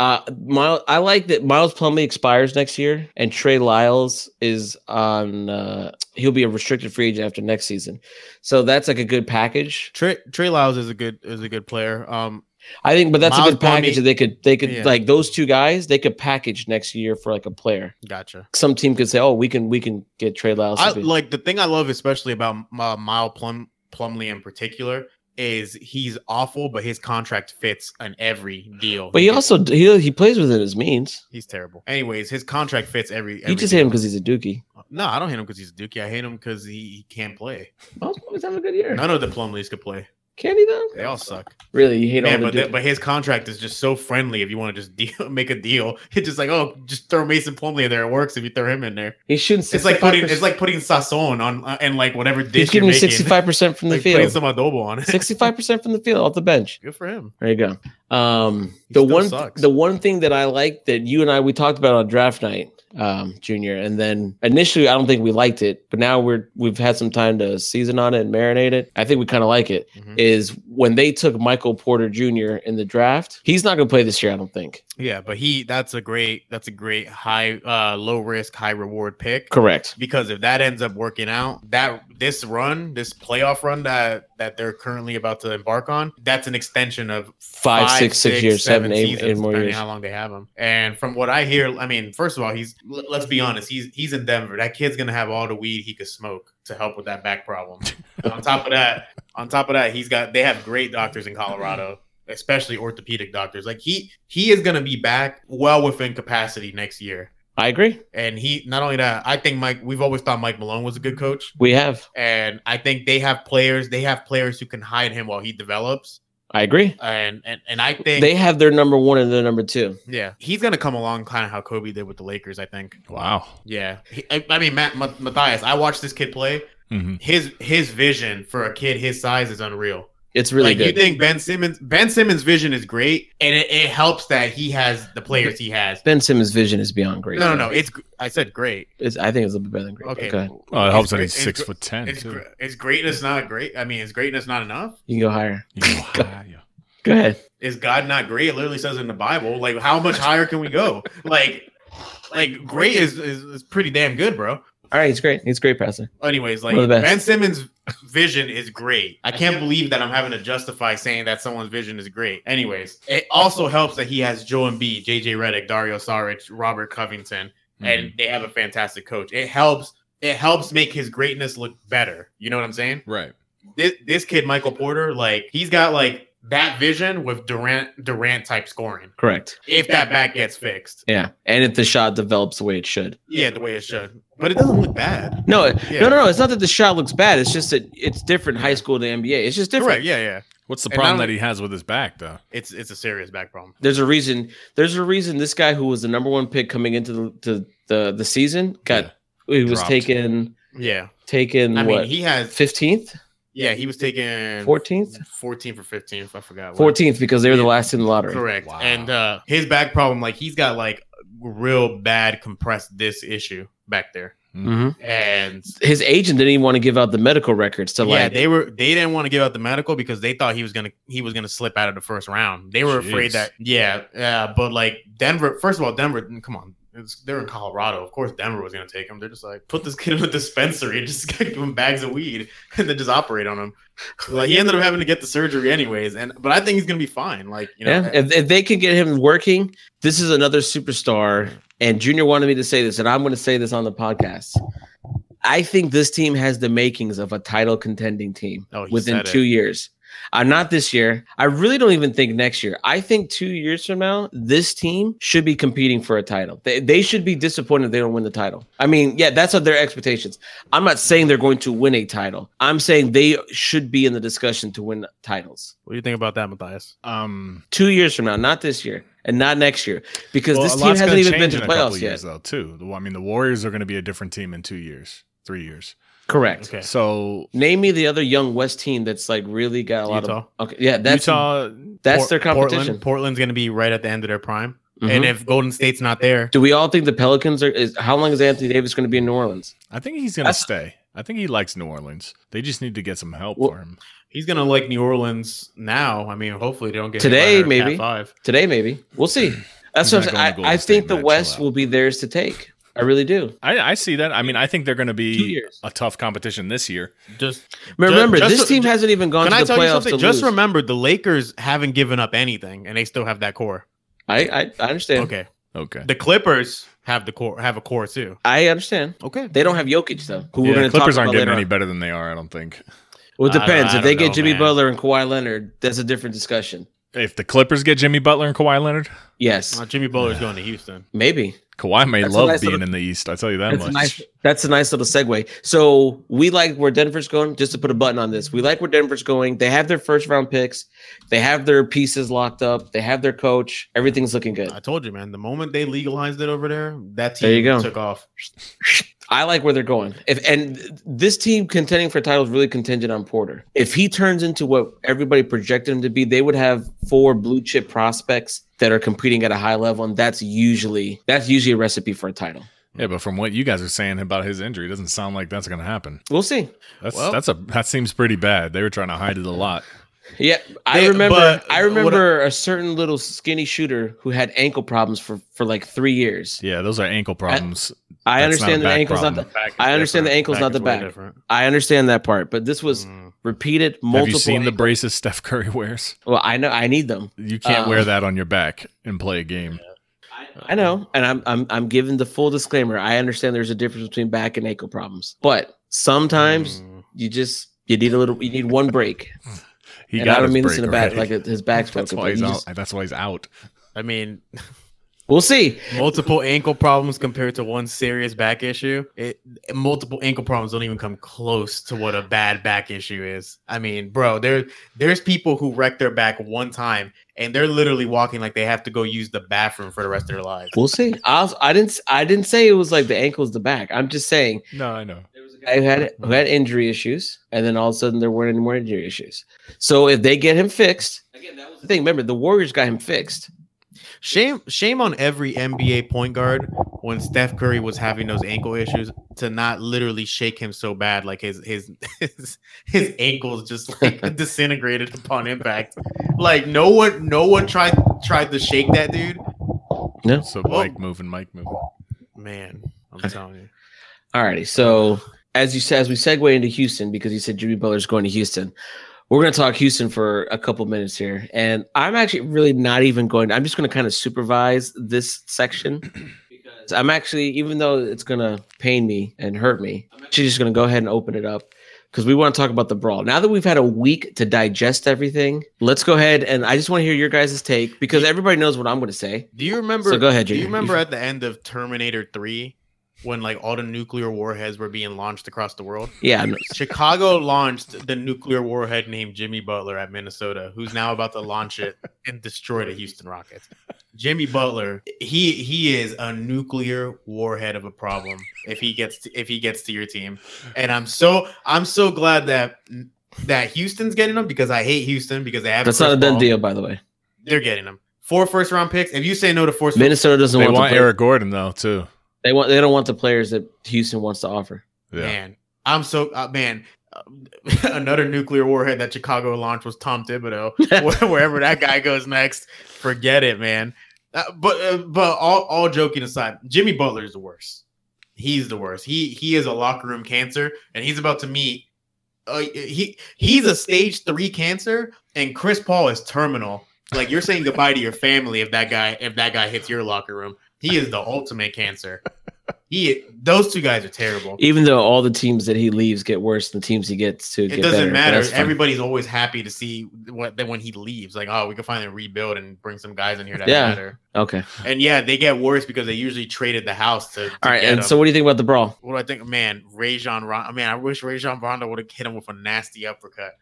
B: uh, Miles, I like that Miles Plumley expires next year, and Trey Lyles is on. Uh, he'll be a restricted free agent after next season, so that's like a good package.
C: Trey Trey Lyles is a good is a good player. Um,
B: I think, but that's a
C: Miles
B: good package
C: Plumlee-
B: that they could they could
C: Yeah.
B: like those two guys they could package next year for like a player.
C: gotcha.
B: Some team could say, "Oh, we can we can get Trey Lyles." to
C: I
B: be-
C: like the thing I love especially about uh, Mile Plum Plumley in particular is he's awful, but his contract fits on every deal.
B: but he
C: gets-
B: also he he plays within his means.
C: he's terrible. Anyways, his contract fits every. every
B: you just hate him
C: deal.
B: because he's a dookie.
C: no, I don't hate him because he's a Dookie. I hate him because he, he can't play.
B: Miles Plumlee's having a good year.
C: None of the Plumleys could play.
B: Can he though?
C: They all suck.
B: Really, you hate
C: Man,
B: all
C: but,
B: the
C: that- but his contract is just so friendly. If you want to just deal, [LAUGHS] make a deal, it's just like oh, just throw Mason Plumlee in there. It works if you throw him in there.
B: He's shooting.
C: It's like
B: 65%.
C: putting it's like putting Sasson on uh, and like whatever dish
B: he's giving me
C: you're making.
B: sixty
C: [LAUGHS]
B: five percent from the
C: Like, putting
B: field.
C: some [LAUGHS] adobo on it.
B: Sixty five percent from the field off the bench.
C: Good for him.
B: There you go. Um,
C: He
B: the
C: still
B: one
C: sucks.
B: the one thing that I like that you and I we talked about on draft night, um, Junior, and then initially I don't think we liked it, but now we're we've had some time to season on it and marinate it. I think we kind of like it.
C: Mhm.
B: Is when they took Michael Porter Jr. in the draft, he's not going to play this year. I don't think.
C: Yeah, but he that's a great that's a great high uh low risk high reward pick
B: Correct.
C: because if that ends up working out, that this run this playoff run that that they're currently about to embark on, that's an extension of
B: Five, six, six years, seven, eight,
C: seasons,
B: eight more
C: depending
B: years.
C: how long they have him. And from what I hear, I mean, first of all, he's l- let's be honest, he's he's in Denver. That kid's gonna have all the weed he could smoke to help with that back
B: [LAUGHS]
C: problem. And on top of that, on top of that, he's got they have great doctors in Colorado, especially orthopedic doctors. Like he he is gonna be back well within capacity next year.
B: I agree.
C: And he not only that, I think Mike. We've always thought Mike Malone was a good coach,
B: We have.
C: and I think they have players. They have players who can hide him while he develops.
B: I agree.
C: And and and I think
B: They have their number one and their number two.
C: yeah, he's gonna come along kind of how Kobe did with the Lakers. I think.
D: Wow.
C: Yeah, He- I, I mean Matt Ma- Matthias. I watched this kid play.
D: Mhm.
C: His his vision for a kid his size is unreal.
B: It's really
C: like
B: good.
C: you think Ben Simmons Ben Simmons' vision is great, and it, it helps that he has the players he has.
B: Ben Simmons' vision is beyond great.
C: No, no, no. It's gr- I said great.
B: It's, I think it's a little bit better than great. Okay.
C: Okay.
D: Well, it helps that
C: It's-
D: he's
C: it's
D: six
C: gr-
D: foot ten.
C: Is,
D: too.
C: gr- is greatness not great? I mean, is greatness not enough?
B: You can go higher.
D: You can go higher.
B: Go ahead.
C: Is God not great? It literally says in the Bible. Like, how much higher can we go? Like, like great is, is, is pretty damn good, bro.
B: All right, he's great. He's a great passer.
C: Anyways, like
B: One of the best.
C: Ben Simmons' vision is great. I can't believe that I'm having to justify saying that someone's vision is great. Anyways, it also helps that he has Joe B, JJ Redick, Dario Saric, Robert Covington,
D: Mhm.
C: and they have a fantastic coach. It helps. it helps make his greatness look better. You know what I'm saying?
D: Right.
C: This this kid Michael Porter, like he's got like that vision with Durant Durant type scoring.
B: Correct.
C: If that back gets fixed,
B: Yeah. And if the shot develops the way it should.
C: yeah, the way it should, but it doesn't look bad.
B: No,
C: Yeah.
B: no, no, no. It's not that the shot looks bad. It's just that it's different high school to NBA. It's just different.
C: Correct. Yeah, yeah.
D: What's the
C: And
D: problem
C: not
D: that he has with his back though?
C: It's it's a serious back problem.
B: There's a reason. There's a reason this guy who was the number one pick coming into the to the, the season got he was
D: Dropped.
B: taken
C: Yeah,
B: taken
C: I mean
B: what
C: he has.
B: fifteenth,
C: Yeah, he was taking
B: fourteenth,
C: 14 for 15. I forgot. what.
B: fourteenth because they were the
C: Yeah.
B: last in the lottery.
C: Correct.
D: Wow.
C: And uh, his back problem, like he's got like real bad compressed disc issue back there,
B: hmm
C: and
B: His agent didn't even want to give out the medical records to
C: yeah,
B: like
C: they were they didn't want to give out the medical because they thought he was gonna he was gonna slip out of the first round. They were
D: Jeez.
C: afraid that yeah, yeah. But like Denver, first of all, Denver, mm, come on. It's, they're in Colorado. Of course, Denver was going to take him. They're just like, put this kid in a dispensary and just [LAUGHS] give him bags of weed and then just operate on him. [LAUGHS] Like, he ended up having to get the surgery anyways. And, but I think he's going to be fine. Like, you know, eh,
B: yeah, if, if they can get him working, this is another superstar. And Junior wanted me to say this, and I'm going to say this on the podcast. I think this team has the makings of a title contending team
C: Oh, he
B: within
C: said it.
B: two years. I'm not this year. I really don't even think next year. I think two years from now, this team should be competing for a title. They, they should be disappointed if they don't win the title. I mean, yeah, that's what their expectations. I'm not saying they're going to win a title. I'm saying they should be in the discussion to win titles
C: what do you think about that, Matthias?
D: Um,
B: two years from now, not this year and not next year, because
D: well,
B: this
D: a
B: team
D: lot's
B: hasn't
D: gonna
B: even
D: change
B: been to
D: in
B: the
D: a couple
B: playoffs
D: years,
B: yet.
D: though. Too. The- I mean, the Warriors are going to be a different team in two years, three years.
B: Correct.
C: Okay.
D: So
B: Name me the other young West team that's like really got a lot
C: Utah.
B: of okay. Yeah, that's
D: Utah.
B: that's
C: Por-
B: their competition.
C: Portland, Portland's going to be right at the end of their prime.
B: Mhm.
C: And if Golden State's not there,
B: Do we all think the Pelicans are? Is, how long is Anthony Davis going to be in New Orleans?
D: I think he's going to
B: That's-
D: stay. I think he likes New Orleans. They just need to get some help
B: Well,
D: for him.
C: he's going to like New Orleans now. I mean, hopefully they don't get hit
B: Today,
C: by their Cat
B: maybe.
C: five.
B: Today, maybe we'll see. That's
D: He's
B: what
D: not
B: I'm
D: going to
B: saying.
D: Golden
B: I, I
D: State,
B: think the
D: Matt, chill
B: West
D: out.
B: will be theirs to take. I really do.
D: I, I see that. I mean, I think they're going to
B: Two
D: be
B: years.
D: a tough competition this year.
C: Just
B: Remember,
C: just
B: this
C: so-
B: team hasn't even gone
C: can
B: to
C: I
B: the
C: tell you
B: playoffs to
C: something? Just
B: lose.
C: remember, the Lakers haven't given up anything, and they still have that core.
B: I, I I understand.
C: Okay,
D: Okay.
C: the Clippers have the core, have a core too.
B: I understand.
C: Okay,
B: They don't have Jokic though, who we're
D: Yeah,
B: going
D: the
B: to talk
D: Clippers
B: about
D: aren't getting
B: later.
D: any
B: on.
D: better than they are, I don't think.
B: Well, it
C: I don't-
B: depends.
C: I
B: If they
C: don't
B: get
C: know,
B: Jimmy
C: man.
B: Butler and Kawhi Leonard, that's a different discussion.
D: If the Clippers get Jimmy Butler and Kawhi Leonard,
B: Yes,
C: Uh, Jimmy Butler's going to Houston.
B: maybe.
D: Kawhi may
B: That's a
D: love
B: nice
D: being
B: little-
D: in the East. I tell you that
B: That's a
D: much.
B: nice. That's a nice little segue. So we like where Denver's going. Just to put a button on this, we like where Denver's going. They have their first round picks. They have their pieces locked up. They have their coach. Everything's looking good.
C: I told you, man. The moment they legalized it over there, that team
B: There you go.
C: took off.
B: I like where they're going. If and this team contending for titles really contingent on Porter. If he turns into what everybody projected him to be, they would have four blue chip prospects that are competing at a high level, and that's usually that's usually a recipe for a title.
D: Yeah, but from what you guys are saying about his injury, it doesn't sound like that's going to happen.
B: We'll see.
D: That's
C: Well-
D: that's a that seems pretty bad. They were trying to hide it a lot.
B: Yeah, I
C: They-
B: remember.
C: but
B: I
C: what-
B: remember a certain little skinny shooter who had ankle problems for for like three years.
D: Yeah, those are ankle problems.
B: I
D: That's not
B: understand
D: a
B: the
D: back
B: ankle's
D: problem.
B: not the. I understand the ankle's not the
C: is way
B: back.
C: different.
B: I understand that part, but this was
C: Mm.
B: repeated multiple.
D: Mm-hmm. Have you seen the
B: ankle-
D: braces Steph Curry wears?
B: well, I know. I need them.
D: You can't
B: Um,
D: wear that on your back and play a game.
B: I know, and I'm I'm I'm giving the full disclaimer. I understand there's a difference between back and ankle problems, but sometimes
C: Mm.
B: you just you need a little. You need one break.
D: [LAUGHS] He
B: and
D: got
B: I don't
D: his
B: mean
D: break
B: this in a bad.
D: already.
B: Like his back's
D: that's
B: broken.
D: why
B: but
D: he's
B: you
D: out.
B: just-
D: That's why he's out.
C: I mean,
B: We'll see.
C: multiple ankle problems compared to one serious back issue. It, multiple ankle problems don't even come close to what a bad back issue is. I mean, bro, there there's people who wreck their back one time and they're literally walking like they have to go use the bathroom for the rest of their lives.
B: We'll see. I I didn't I didn't say it was like the ankle's the back. I'm just saying
D: No, I know.
B: guy who had who had injury issues, and then all of a sudden there weren't any more injury issues. So if they get him fixed, again, that was the thing. Remember, the Warriors got him fixed.
C: Shame shame on every NBA point guard when Steph Curry was having those ankle issues to not literally shake him so bad like his his [LAUGHS] his, his ankles
B: [LAUGHS]
C: just like disintegrated upon impact. Like no one no one tried tried to shake that dude.
D: So
C: Well-
D: Mike moving, Mike moving.
C: Man, I'm telling you.
B: Alrighty. So as you said, as we segue into Houston, because you said Jimmy Butler's going to Houston, we're going to talk Houston for a couple minutes here, and I'm actually really not even going. I'm just going to kind of supervise this section. because I'm actually, even though it's gonna pain me and hurt me, I'm actually just gonna go ahead and open it up because we want to talk about the brawl. Now that we've had a week to digest everything, let's go ahead and I just want to hear your guys' take because everybody knows what I'm gonna say.
C: Do you remember?
B: So go ahead,
C: Do you
B: Junior.
C: remember at the end of Terminator Three, when like all the nuclear warheads were being launched across the world?
B: Yeah, I know.
C: Chicago launched the nuclear warhead named Jimmy Butler at Minnesota, who's now about to launch it and destroy the Houston Rockets. Jimmy Butler, he he is a nuclear warhead of a problem if he gets to, if he gets to your team. And I'm so I'm so glad that that Houston's getting him because I hate Houston because they have
B: that's not a done deal, by the way.
C: They're getting him. Four first round picks. If you say no to four
B: Minnesota doesn't
D: They
B: want, the
D: want
B: player-
D: Eric Gordon though too.
B: They want they don't want the players that Houston wants to offer.
D: Yeah.
C: Man, I'm so uh, man. [LAUGHS] uh, Another nuclear warhead that Chicago launched was Tom Thibodeau. Where- Wherever that guy goes next, forget it, man. Uh, but uh, but all, all joking aside, Jimmy Butler is the worst. He's the worst. He he is a locker room cancer, and he's about to meet. Uh, he he's a stage three cancer, and Chris Paul is terminal. Like you're saying goodbye to your family if that guy if that guy hits your locker room. He is the ultimate cancer. He those two guys are terrible.
B: Even though all the teams that he leaves get worse than the teams he gets to
C: it
B: get
C: doesn't
B: better, but
C: matter.
B: that's fine.
C: Everybody's always happy to see what that when he leaves. Like, oh, we can finally rebuild and bring some guys in here that
B: Yeah.
C: matter.
B: okay.
C: And yeah, they get worse because they usually traded the house to. to
B: All right,
C: get
B: and
C: him.
B: so what do you think about the brawl?
C: what do I think, man? Rajon Rondo. I mean, I wish Rajon Rondo would have hit him with a nasty uppercut.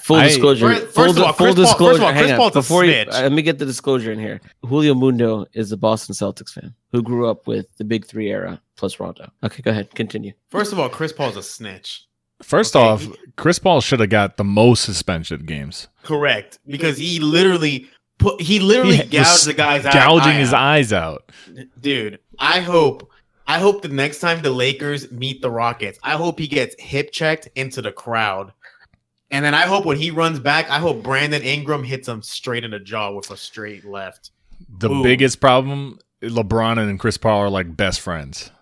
B: Full
D: I-
B: disclosure.
C: First- first
B: full
C: of
B: full
C: all, Chris Paul- first of all,
B: disclosure.
C: Chris
B: hang on.
C: Paul's a
B: Before you,
C: snitch.
B: uh, let me get the disclosure in here. Julio Mundo is a Boston Celtics fan who grew up with the Big Three era plus Rondo. Okay, go ahead. Continue.
C: First of all, Chris Paul's a snitch.
D: First
C: Okay,
D: off,
C: he-
D: Chris Paul should have got the most suspension games.
C: Correct, because he literally put
B: [LAUGHS]
C: he literally
D: He was
C: gouged the guy's eye-
D: Gouging
C: eye
D: his
C: out.
D: eyes out.
C: Dude, I hope I hope the next time the Lakers meet the Rockets, I hope he gets hip checked into the crowd. And then I hope when he runs back, I hope Brandon Ingram hits him straight in the jaw with a straight left.
D: The
C: Ooh.
D: biggest problem LeBron and Chris Paul are like best friends.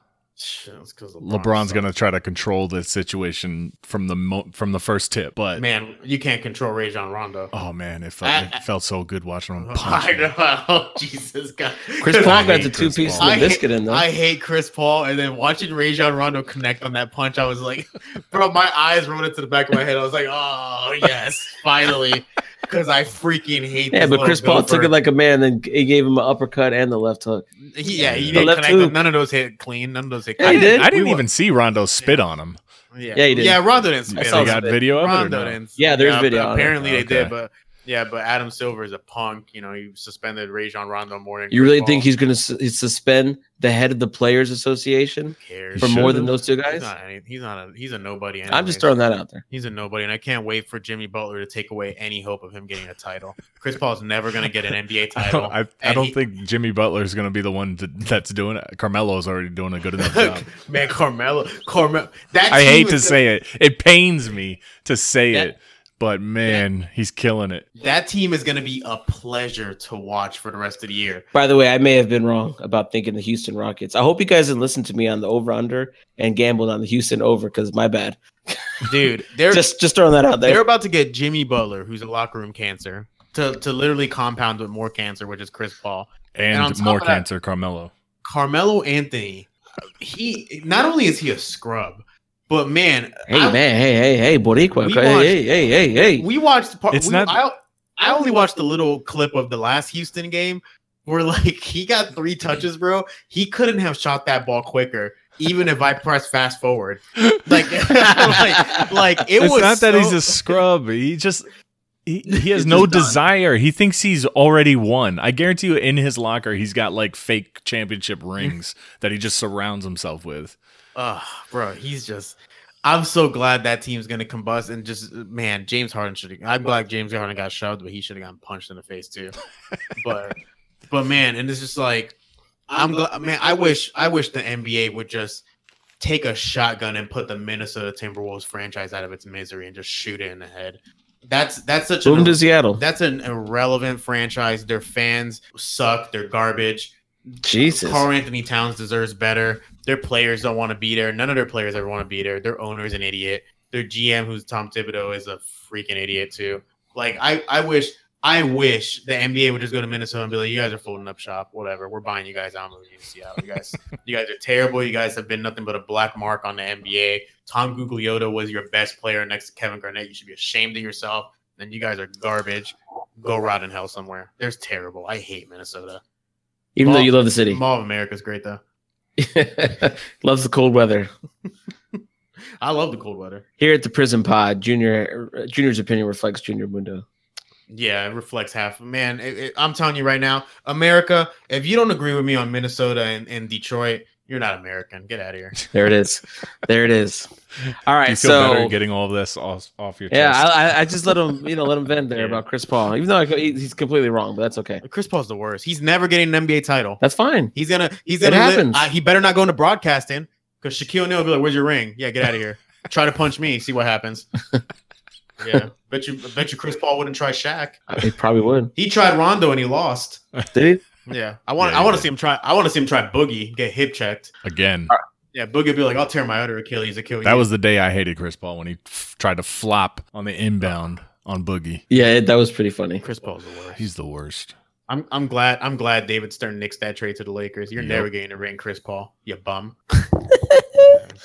C: That's 'cause
D: LeBron's
C: sucks.
D: going to try to control the situation from the mo- from the first tip, but
C: Man, you can't control Rajon Rondo.
D: oh man, it felt,
C: I-
D: it felt so good watching him punch.
C: [LAUGHS] I know. [LAUGHS] Oh, Jesus God. [LAUGHS]
B: Chris Paul got
D: hate
B: the two
D: Chris
B: pieces
D: Paul.
B: of biscuit in though.
C: I hate Chris Paul, and then watching Rajon Rondo connect on that punch, I was like, [LAUGHS] bro, my eyes rolled into the back of my head. I was like, oh yes,
B: [LAUGHS]
C: finally, because I freaking hate.
B: yeah, but
C: this little
B: Chris Paul took
C: gopher.
B: it like a man, then he gave him an uppercut and the left hook.
C: He- yeah, he
D: The
C: didn't
B: left
C: connect. them.
B: hook.
C: None of those hit clean. None of those hit.
B: Yeah, he
C: clean.
D: I didn't,
B: did.
D: I didn't
B: We
D: even see Rondo spit on him.
C: Yeah,
B: Yeah, he did.
C: Yeah, Rondo didn't spit.
B: saw
D: They
C: on
B: that.
D: got
B: spit.
D: video
C: him.
D: of it or
C: Rondo
D: no?
C: didn't.
B: Yeah, there's
C: but
B: video on it.
C: Apparently they
D: Okay.
C: did, but. Yeah, but Adam Silver is a punk. You know, he suspended Rajon Rondo more than
B: You
C: Chris
B: really
C: Paul.
B: think he's going to suspend the head of the Players Association
C: Who cares?
B: for more than
D: should've.
B: those two
C: He's
B: guys?
C: not, any- he's not a he's a nobody.
B: I'm just
C: anyways.
B: throwing that out there.
C: He's a nobody, and I can't wait for Jimmy Butler to take away any hope of him getting a title.
D: [LAUGHS]
C: Chris Paul's never going to get an NBA
D: I
C: title. [LAUGHS]
D: don't, I, I
C: And
D: don't
C: he-
D: think Jimmy Butler is going to be the one to, that's doing it. Carmelo's already doing a good
C: [LAUGHS]
D: enough job.
C: man, Carmelo, Carmelo. That
D: I
C: team
D: hate
C: is
D: to
C: gonna-
D: say it. It pains me to say
B: Yeah.
D: it, but man, he's killing it.
C: that team is going to be a pleasure to watch for the rest of the
D: [LAUGHS]
C: year.
B: By the way, I may have been wrong about thinking the Houston Rockets. I hope you guys didn't listen to me on the over under and gambled on the Houston over because my bad.
C: Dude, they're
B: Just just throwing that out
C: they're
B: there.
C: about to get Jimmy Butler, who's a locker room cancer, to to literally compound with more cancer, which is Chris Paul.
D: And,
C: on top
D: more
C: of that-
D: cancer, Carmelo.
C: Carmelo Anthony, he not only is he a scrub, but man,
B: Hey
C: I-
B: man, hey hey hey, Boricua,
C: We
B: hey, hey hey hey hey.
C: we watched part.
D: It's
C: we,
D: not-
C: I, I only watched the little clip of the last Houston game where [LAUGHS] like he got three touches, bro. He couldn't have shot that ball quicker, even if I press fast forward. Like, [LAUGHS] like, like it
D: it's
C: was
D: not that
C: so-
D: he's a scrub. He just he, he has
C: He's
D: no
C: just done.
D: desire. He thinks he's already won. I guarantee you, in his locker, he's got like fake championship
C: Mm-hmm.
D: rings that he just surrounds himself with.
C: Ugh, bro. He's just. I'm so glad that team's gonna combust and just man, James Harden should. I'm glad James Harden got shoved, but he should have gotten punched in the face too. but but man, and it's just like I'm glad. Man, I wish I wish the NBA would just take a shotgun and put the Minnesota Timberwolves franchise out of its misery and just shoot it in the head. That's that's such
B: Boom
C: an
B: to Seattle.
C: that's an irrelevant franchise. Their fans suck. They're garbage.
B: Jesus.
C: Carl Anthony Towns deserves better. Their players don't want to be there. None of their players ever want to be there. Their owner's an idiot. Their GM, who's Tom Thibodeau, is a freaking idiot too. Like I, I wish I wish the NBA would just go to Minnesota and be like, "You guys are folding up shop, whatever. We're buying you guys out, moving you to Seattle. You guys, you guys are terrible. You guys have been nothing but a black mark on the NBA. Tom Gugliotta was your best player next to Kevin Garnett. You should be ashamed of yourself. And you guys are garbage. Go rot in hell somewhere. There's terrible. I hate Minnesota.
B: Even though
C: Well,
B: you love the city,
C: Mall of America's great though.
B: [LAUGHS] loves the cold weather.
C: I love the cold weather.
B: Here at the Prison Pod, Junior uh, Junior's opinion reflects Junior Mundo.
C: Yeah, it reflects half. Man, it, it- I'm telling you right now, America. If you don't agree with me on Minnesota and, and Detroit, you're not American. Get out of here.
B: There it is. there it is. All right.
D: you feel
B: so
D: better getting all of this off, off your
B: yeah,
D: chest.
B: I, I- I just let him, you know, let him vent there
C: [LAUGHS] Yeah.
B: about Chris Paul, even though I, he- he's completely wrong, but that's okay.
C: [LAUGHS] Chris Paul's the worst. He's never getting an NBA title.
B: That's fine.
C: [LAUGHS] He's gonna. He's
B: It
C: gonna. li-
B: happens.
C: I- he better not go into broadcasting because Shaquille O'Neal will be like, "Where's your ring? Yeah, get out
B: [LAUGHS]
C: of here. Try to punch me. See what happens." yeah, bet you. Bet you Chris Paul wouldn't try Shaq.
B: He probably would.
C: He tried Rondo and he lost.
B: Did he?
C: Yeah, I want.
D: Yeah,
C: I
D: he
C: want to
D: did.
C: see him try. I want to see him try Boogie. Get hip checked.
D: Again,
C: Yeah, Boogie would be like, "I'll tear my other Achilles. Achilles."
D: that was the day I hated Chris Paul when he f- tried to flop on the inbound on Boogie.
B: Yeah, it, that was pretty funny.
C: Chris Paul's the worst.
D: He's the worst.
C: I'm. I'm glad. I'm glad David Stern nixed that trade to the Lakers. You're
D: Yep.
C: never getting a ring, Chris Paul. You bum. [LAUGHS]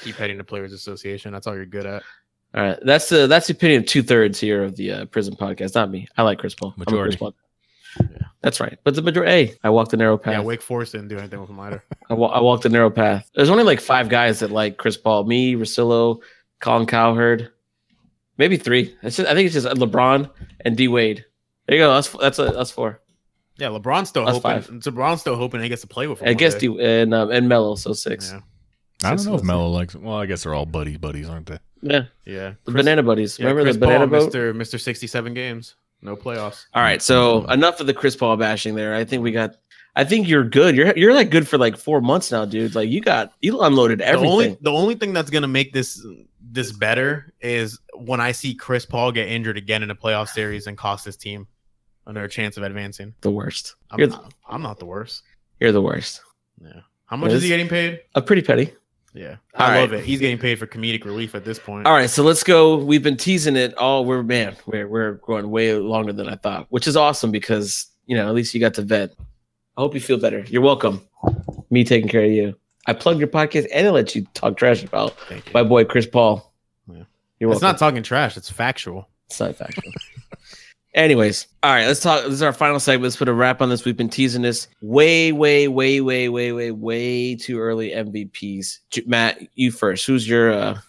C: Keep heading to Players Association. That's all you're good at.
B: All right, that's the that's the opinion of two thirds here of the uh, prison podcast. Not me. I like Chris Paul. I'm a Chris
D: Majority.
B: Paul.
C: Yeah.
B: That's right. But the majority. Hey, I walked the narrow path.
C: Yeah, Wake Forest didn't do anything with
B: [LAUGHS]
C: him either.
B: I, wa- I walked the narrow path. There's only like five guys that like Chris Paul. Me, Rosillo, Colin Cowherd, maybe three. It's just, I think it's just LeBron and D Wade. There you go. That's that's uh that's four.
C: Yeah, LeBron's still
B: That's
C: hoping. LeBron's still hoping he gets to play with.
B: I
C: Him one
B: guess
C: day.
B: D and um, and Mello, so six.
C: Yeah,
D: I don't know if
B: Six-
D: Melo likes. Well, I guess they're all buddies, buddies, aren't they?
B: Yeah,
C: yeah.
B: the
C: Chris-
B: banana buddies.
C: yeah,
B: Remember
C: Chris
B: the banana
C: Paul,
B: boat?
C: Mister Mister sixty seven games, no playoffs.
B: All right, so enough of the Chris Paul bashing there. I think we got. I think you're good. You're you're like good for like four months now, dude. Like you got you unloaded everything.
C: The only the only thing that's gonna make this this better is when I see Chris Paul get injured again in a playoff series and cost his team another chance of advancing.
B: the worst.
C: I'm
B: You're the,
C: not, I'm not the worst.
B: you're the worst.
C: Yeah. How much
B: Yes.
C: is he getting paid?
B: A pretty petty.
C: Yeah,
B: All
C: I
B: right.
C: love it. He's getting paid for comedic relief at this point.
B: All right, so let's go. We've been teasing it all. We're man, we're we're going way longer than I thought, which is awesome because you know at least you got to vet. I hope you feel better. You're welcome. Me taking care of you. I plugged your podcast and I let you talk trash about
C: Thank you.
B: my boy Chris Paul.
C: Yeah.
B: You're
C: It's
B: welcome.
C: not talking trash. It's factual.
B: It's not factual. Anyways, all right, let's talk. This is our final segment. Let's put a wrap on this. We've been teasing this way, way, way, way, way, way, way too early. MVPs. J- Matt, you first. Who's your? uh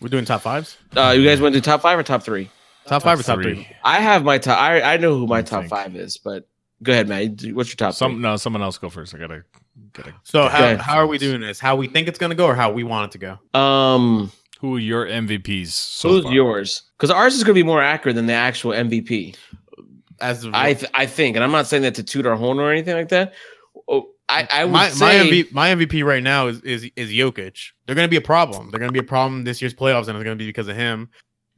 C: We're doing top fives.
B: uh You guys want to do top five or top three?
C: Top, five or top three?
B: I have my top. I I know who my
D: I
B: top
D: think.
B: five is, but go ahead, Matt. Do- What's your top?
D: Some
B: Some.
D: no, someone else go first. I gotta, gotta.
C: So how,
B: Okay.
C: how are we doing this? How we think it's gonna go, or how we want it to go?
B: Um,
D: Who are your MVPs? So
B: who's
D: far?
B: yours? Because ours is going to be more accurate than the actual MVP.
C: As of,
B: I th- I think, and I'm not saying that to toot our horn or anything like that. Oh, I I would
C: my
B: say
C: my, MV, my MVP right now is is is Jokic. They're gonna be a problem. They're gonna be a problem this year's playoffs, and it's gonna be because of him.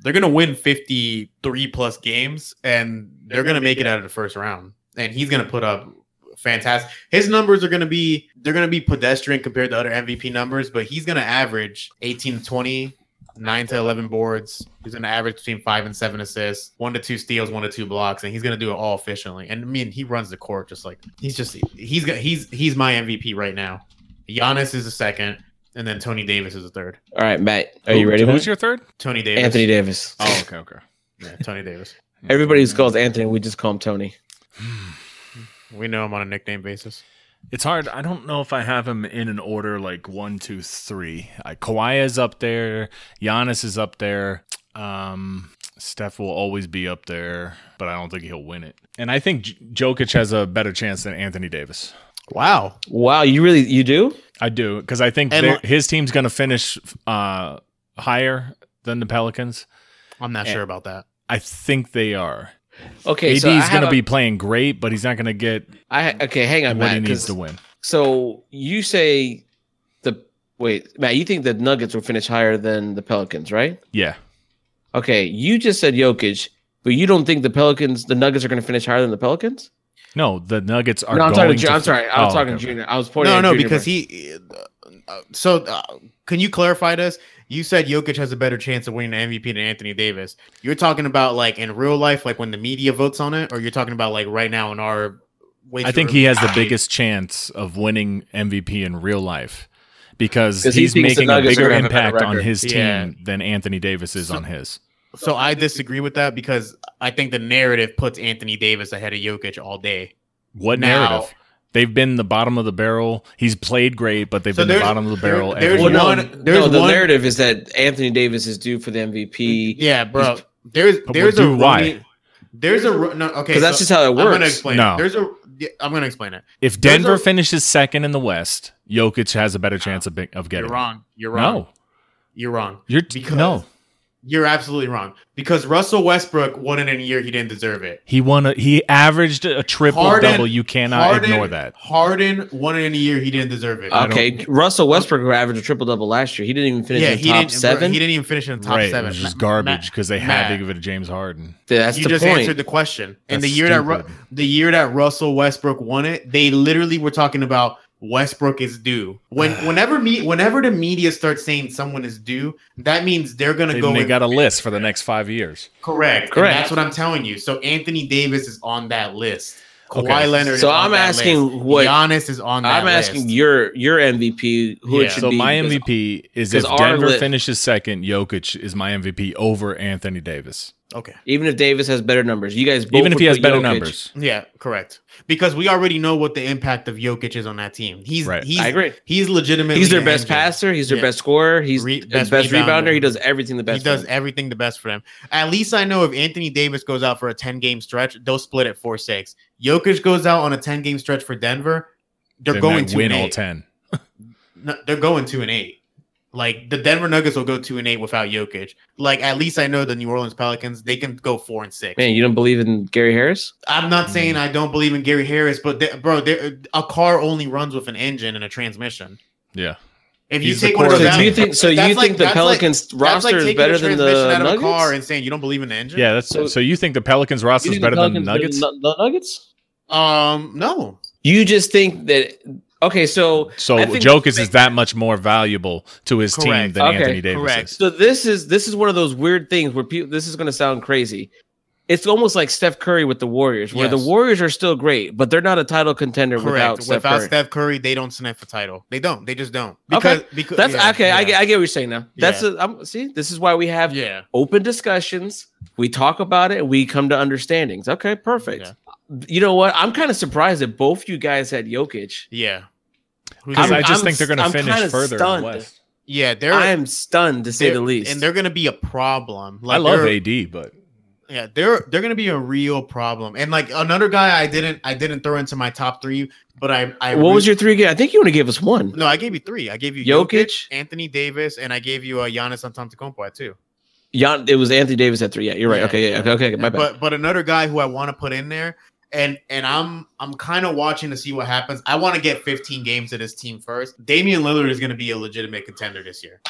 C: They're gonna win fifty three plus games, and they're gonna make it out of the first round. And he's gonna put up fantastic. His numbers are gonna be they're gonna be pedestrian compared to other MVP numbers, but he's gonna average eighteen to twenty. Nine to eleven boards. He's gonna average between five and seven assists, one to two steals, one to two blocks, and he's gonna do it all efficiently. And I mean, he runs the court just like he's just he's got he's he's my MVP right now. Giannis is the second, and then Tony Davis is the third.
B: All right, Matt. Are
D: Who-
B: you ready? for
D: Who's
B: it?
D: your third?
C: Tony Davis,
B: Anthony Davis.
D: Oh, okay, okay.
C: yeah, Tony Davis.
B: Everybody who's called Anthony, we just call him Tony.
C: We know him on a nickname basis.
D: It's hard. I don't know if I have him in an order like one, two, three. I, Kawhi is up there. Giannis is up there. Um, Steph will always be up there, but I don't think he'll win it. And I think J- Jokic has a better chance than Anthony Davis.
C: Wow,
B: Wow, you really you do?
D: I do because I think
C: And-
D: they're- his team's going to finish uh, higher than the Pelicans.
C: I'm not
D: Yeah.
C: sure about that.
D: I think they are.
B: Okay,
D: AD's
B: so I have
D: going to
B: a-
D: be playing great, but he's not going to get
B: I okay, hang on,
D: what he
B: Matt.
D: needs
B: 'cause-
D: to win.
B: So you say the wait, Matt? You think the Nuggets will finish higher than the Pelicans, right?
D: Yeah.
B: Okay, you just said Jokic, but you don't think the Pelicans, the Nuggets, are going to finish higher than the Pelicans?
D: No, the Nuggets are.
B: no, I'm
D: going
B: talking. To,
D: to
B: I'm sorry, I was
D: Oh,
B: talking
D: okay, okay.
B: Junior. I was pointing.
C: No,
B: at
C: no,
B: Junior
C: because
B: first.
C: he. Uh, so, uh, can you clarify this? You said Jokic has a better chance of winning the MVP than Anthony Davis. You're talking about like in real life, like when the media votes on it, or you're talking about like right now in our. way
D: I think
C: through-
D: he has the biggest chance of winning MVP in real life because
B: 'Cause he
D: he's
B: thinks the
D: making a
B: Nuggets are
D: bigger
B: gonna have a better
D: impact on
B: record.
D: his team
C: Yeah.
D: than Anthony Davis is on his.
C: So I disagree with that because I think the narrative puts Anthony Davis ahead of Jokic all day.
D: What
C: Now-
D: narrative? They've been the bottom of the barrel. He's played great, but they've
C: So
D: been the
C: there's-
D: bottom of the
C: there-
D: barrel.
C: there's
D: every
B: Well,
D: year.
B: no,
C: one-
B: no,
C: there's
B: the
C: one-
B: narrative is that Anthony Davis is due for the MVP.
C: Yeah, bro. There's
D: But
C: there's
D: do
C: a
D: why?
C: running- There's a ru- no. Okay,
B: because that's
C: so
B: just how it
C: I'm gonna
B: works.
C: explain.
D: No.
C: It. There's a. yeah, I'm gonna explain it.
D: If
C: There's
D: Denver
C: a-
D: finishes second in the West, Jokic has a better chance of, be- of
C: You're
D: getting. it.
C: wrong. You're wrong.
D: No,
C: You're wrong.
D: you're
C: Because-
D: no.
C: You're absolutely wrong because Russell Westbrook won it in a year he didn't deserve it.
D: He won. A, he averaged a triple double.
C: Harden-
D: You cannot ignore that.
C: Harden won it in a year he didn't deserve
B: Uh,
C: it.
D: I don't-
B: Okay, Russell Westbrook who averaged a triple double last year. He didn't even finish
C: yeah,
B: in the
C: he
B: top
C: didn't.
B: seven.
C: He didn't even finish in the top
D: right,
C: seven.
D: it was just
C: Ma-
D: garbage
C: ma-
D: because they had to
C: Matt.
D: give it to James Harden.
B: That's
C: you
B: the
C: just
B: point.
C: answered the question. and the
D: That's
C: year that Ru-
D: stupid.
C: the year that Russell Westbrook won it, they literally were talking about Westbrook is due.
D: [SIGHS]
C: When whenever me whenever the media starts saying someone is due, that means they're gonna
D: They,
C: go
D: they
C: with-
D: got a list for the next five years.
C: correct. And
B: Correct.
C: that's what I'm telling you. So Anthony Davis is on that list. Kawhi
D: Okay.
C: Leonard.
B: So
C: is on
B: I'm
C: that
B: asking
C: list.
B: what-
C: Giannis is on. That
B: I'm asking
C: list.
B: your your MVP who
C: Yeah.
B: it should
D: So
B: be.
D: my
B: because
D: MVP is if
B: because our
D: Denver
B: lit-
D: finishes second, Jokic is my MVP over Anthony Davis.
C: Okay.
B: Even if Davis has better numbers, you guys both
D: Even if
B: would
D: he has
B: put
D: better
B: Jokic-
D: numbers,
C: Yeah, correct. Because we already know what the impact of Jokic is on that team. He's
D: Right.
C: he's
B: I agree.
C: he's legitimately
B: He's their
C: an
B: best
C: engine.
B: passer. He's their
C: Yeah.
B: best scorer. He's
C: Re-
B: the
C: best
B: best,
C: rebounder.
B: rebounder. He does everything the best.
C: he does
B: for them.
C: everything the best for them. At least I know if Anthony Davis goes out for a 10 game stretch, they'll split at 4 6. Jokic goes out on a 10 game stretch for Denver, they're
D: they
C: going
D: might
C: to
D: win all
C: eight.
D: ten.
C: No, they're going 2 and 8. Like the Denver Nuggets will go 2 and 8 without Jokic. Like at least I know the New Orleans Pelicans, they can go 4 and 6.
B: Man, Mm-hmm. you don't believe in Gary Harris?
C: I'm not saying I don't believe in Gary Harris, but they, bro, they- a car only runs with an engine and a transmission.
D: Yeah,
C: If you
D: He's the
C: take one
D: core
C: of
B: So
C: those
D: of the
C: out,
B: do you think? So you
C: That's
B: think
C: like-
B: the
C: that's like-
B: Pelicans
C: that's like
B: roster is
C: taking
B: better
C: the
B: than
C: transmission
B: the
C: out of
B: Nuggets?
C: a car and saying you don't believe in the engine?
D: yeah. That's so,
B: So-
D: you think the Pelicans
B: You
D: roster is
B: think the
D: better than the
B: Pelicans better
D: Nuggets?
B: than The the Nuggets?
C: Um, no.
B: You just think that? Okay, so
D: So
B: I think-
D: Jokic is that much more valuable to his team
C: Correct.
D: than
B: Okay,
D: Anthony Davis.
C: correct.
D: Is.
B: So this is this is one of those weird things where people this is going to sound crazy. It's almost like Steph Curry with the Warriors, where
C: Yes.
B: the Warriors are still great, but they're not a title contender without,
C: Correct. Without,
B: Steph Curry.
C: Steph Curry, they don't sniff a title. They don't. They just don't.
B: Okay.
C: Because because
B: That's
C: yeah,
B: okay. I,
C: yeah.
B: get, I get what you're saying now. That's
C: Yeah.
B: a, I'm, see, this is why we have
C: yeah.
B: open discussions. We talk about it and we come to understandings. Okay, perfect. You know what? I'm kind of surprised that both you guys had Jokic.
C: Yeah. Who's
D: Because
B: I'm-
D: I just
B: I'm
D: think they're going to
B: I'm
D: finish
B: kinda
D: further in
B: stunned.
D: the West.
C: yeah, they're
B: I am stunned to say
C: they're-
B: the least.
C: And they're gonna be a problem. Like
D: I love
C: they're-
D: AD, but
C: Yeah, they're they're gonna be a real problem. And like another guy I didn't I didn't throw into my top three, but I I
B: what was
C: re-
B: your three? ga- I think you only gave us one.
C: no, I gave you three. I gave you
B: Jokic?
C: Anthony Davis, and I gave you uh, Giannis Antetokounmpo at two.
B: Jan, it was Anthony Davis at three. Yeah, you're right.
C: Yeah,
B: okay, yeah,
C: yeah.
B: okay, okay. My bad.
C: but but another guy who I want to put in there, and and I'm I'm kind of watching to see what happens. I want to get 15 games of this team first. Damian Lillard is going to be a legitimate contender this year.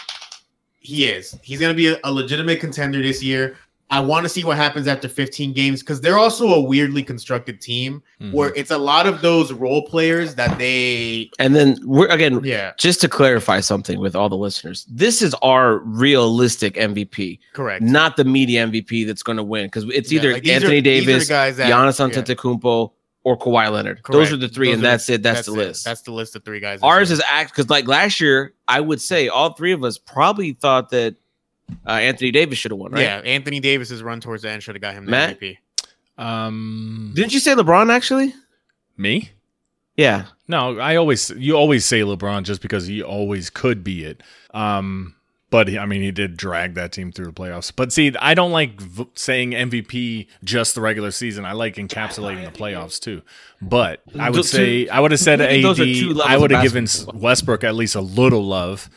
C: He is. He's going to be a, a legitimate contender this year. I want to see what happens after 15 games because they're also a weirdly constructed team
B: Mm-hmm.
D: Mhm.
C: where it's a lot of those role players that they
B: and then we're again
C: yeah
B: just to clarify something with all the listeners, this is our realistic MVP,
C: correct
B: not the media MVP that's going to win because it's
C: Yeah,
B: either
C: like, these are-
B: Anthony
C: these are
B: Davis,
C: the guys that-
B: Giannis
C: yeah,
B: Antetokounmpo, or Kawhi Leonard.
C: correct.
B: Those are the three,
C: Those
B: and
C: are the-
B: that's it. That's, the
C: it.
B: list.
C: That's the list of three guys. this
B: Ours
C: year.
B: is act because like last year, I would say all three of us probably thought that uh, Anthony Davis should have won, right?
C: yeah. Anthony Davis's run towards the end should have got him the
B: Matt?
C: MVP.
D: um,
B: Didn't you say LeBron actually?
D: me?
B: Yeah.
D: No, I always you always say LeBron just because he always could be it. Um, but he, I mean, he did drag that team through the playoffs. But see, I don't like v- saying MVP just the regular season. I like encapsulating the playoffs too. But I would
B: Those two-
D: say I would have said AD.
B: those are two levels
D: I would have
B: of
D: given
B: basketball.
D: Westbrook at least a little love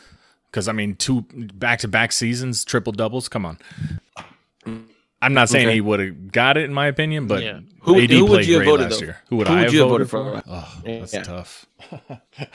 D: because I mean, two back to back seasons, triple doubles. Come on. I'm not saying
B: Okay.
D: he would have got it in my opinion, but
C: Yeah.
B: Who-
D: AD
B: who would
D: played
B: you have
D: great
B: voted,
D: last
B: though?
D: year. Who would
B: Who
D: I
B: would
D: have
B: you have
D: voted,
B: voted
D: for? Oh, that's
B: Yeah.
C: [LAUGHS]
D: tough.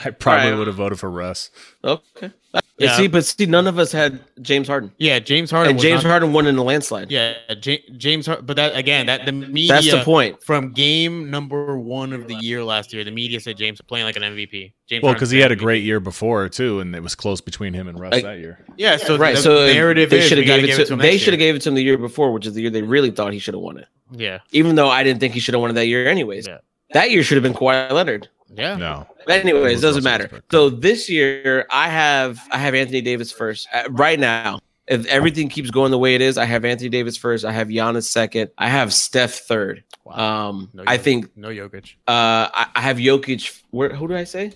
D: I probably
B: Right.
D: would have voted for Russ.
B: Okay.
C: Yeah.
B: See, but see, none of us had James Harden,
C: Yeah, James Harden.
B: and
C: was
B: James
C: not-
B: Harden won in a landslide.
C: Yeah, uh, Ja- James Harden. But that again, that the media.
B: that's the point.
C: From game number one of the year last year, the media said James was playing like an MVP. James
D: Well,
C: Harden's
D: because he had a
C: MVP.
D: great year before too, and it was close between him and Russ
B: Like-
D: that year.
C: yeah. So
B: right,
C: the
B: so
C: narrative
B: they
C: is
B: should
C: we
B: have
C: gotta
B: gave it
C: give
B: to,
C: him
B: they
C: next
B: should have
C: year.
B: gave it to him the year before, which is the year they really thought he should have won it.
C: yeah
B: Even though I didn't think he should have won it that year, anyways.
C: Yeah.
B: That year should have been Kawhi Leonard.
C: yeah
B: Uh,
D: No,
B: But anyways,
D: Who's
B: doesn't
D: Russell
B: matter.
D: Westbrook?
B: So this year, I have I have Anthony Davis first Uh, right now. If everything keeps going the way it is, I have Anthony Davis first. I have Giannis second. I have Steph third.
C: Wow.
B: Um,
C: No,
B: I
C: Jokic.
B: think
C: no Jokic.
B: uh, I, I have Jokic. Where? Who do I say?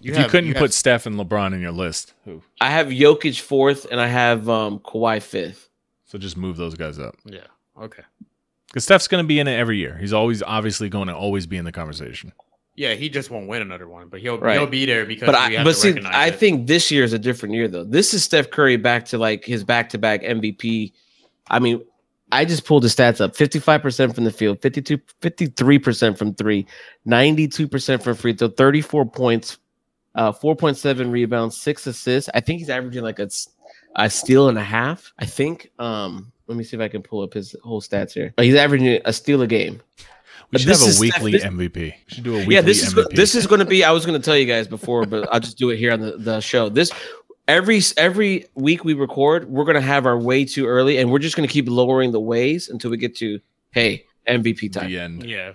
D: if you
C: have-
D: couldn't
C: have-
D: put Steph and LeBron in your list, who?
B: I have Jokic fourth, and I have um, Kawhi fifth.
D: So just move those guys up
C: yeah, okay,
D: because Steph's going to be in it every year. He's always obviously going to always be in the conversation.
C: yeah, he just won't win another one, but he'll
B: Right.
C: he'll be there because.
B: But
C: we
B: I,
C: have
B: but
C: to
B: see,
C: recognize
B: I
C: it.
B: think this year is a different year though. This is Steph Curry back to like his back to back MVP. I mean, I just pulled the stats up: fifty-five percent from the field, 52, 53 percent from three, 92 percent from free throw, thirty-four points, uh, four point seven rebounds, six assists. I think he's averaging like a, s- a steal and a half. I think. Um, let me see if I can pull up his whole stats here. He's averaging a steal a game.
D: We
B: But
D: should have
B: this is
D: a
B: Steph-
D: weekly
B: this-
D: MVP. We should do a weekly
B: Yeah, this is go-
D: MVP.
B: this is going to be. I was going to tell you guys before, but I'll just do it here on the, the show. This every every week we record, we're going to have our way too early, and we're just going to keep lowering the ways until we get to hey MVP time.
D: the end.
C: yeah,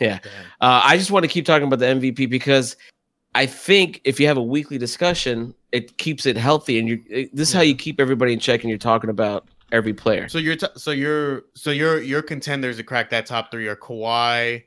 B: Yeah,
C: damn.
B: uh, I just want to keep talking about the MVP because I think if you have a weekly discussion, it keeps it healthy, and you it- this is how you keep everybody in check, and you're talking about every player.
C: So your t- so your so your your contenders to crack that top three are Kawhi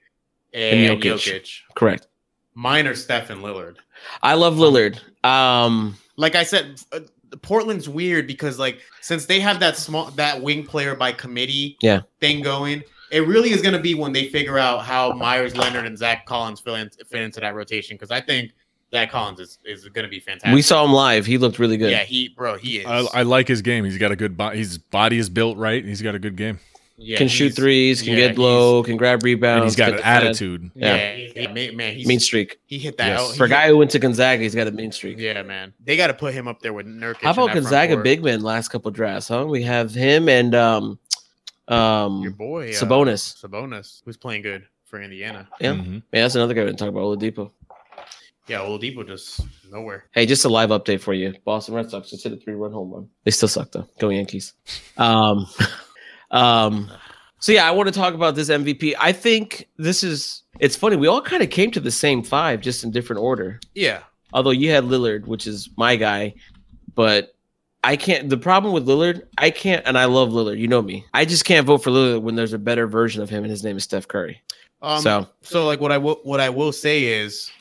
C: and,
B: And
C: Jokic.
B: Jokic. Correct.
C: Mine are Steph and Lillard.
B: I love Lillard. Um,
C: Like I said, uh, Portland's weird because like since they have that small that wing player by committee
B: Yeah.
C: thing going, it really is going to be when they figure out how Myers Leonard and Zach Collins fill in, fit into that rotation because I think Zach Collins is, is going to be fantastic.
B: we saw him live. He looked really good.
C: yeah, he bro, he is.
D: I, I like his game. He's got a good body. His body is built right. and He's got a good game.
C: Yeah,
B: can shoot
C: he's-
B: threes, can
C: yeah,
B: get low, can grab rebounds.
D: and he's got
B: can
D: an
B: defend.
D: attitude.
C: Yeah, yeah, man, man, he's,
B: Mean streak.
C: he hit that
D: Yes.
C: out.
B: For a guy who went to Gonzaga, he's got a mean streak.
C: Yeah, man. They got to put him up there with Nurkic.
B: How about
C: in that front
B: Gonzaga
C: court.
B: big men last couple drafts, huh? We have him and um
C: Your
B: um
C: boy uh,
B: Sabonis.
C: Sabonis, who's playing good for Indiana.
B: Yeah.
D: Mhm.
B: Man, that's another guy we didn't talk about, Oladipo.
C: Yeah, Oladipo just nowhere.
B: Hey, just a live update for you. Boston Red Sox just hit a three-run home run. They still suck though. Go Yankees. Um, [LAUGHS] um, so yeah, I want to talk about this MVP. I think this is. It's funny. We all kind of came to the same five, just in different order.
C: Yeah,
B: Although you had Lillard, which is my guy, but I can't. The problem with Lillard, I can't, and I love Lillard. You know me. I just can't vote for Lillard when there's a better version of him, and his name is Steph Curry.
C: Um, so,
B: so
C: like what I will what I will say is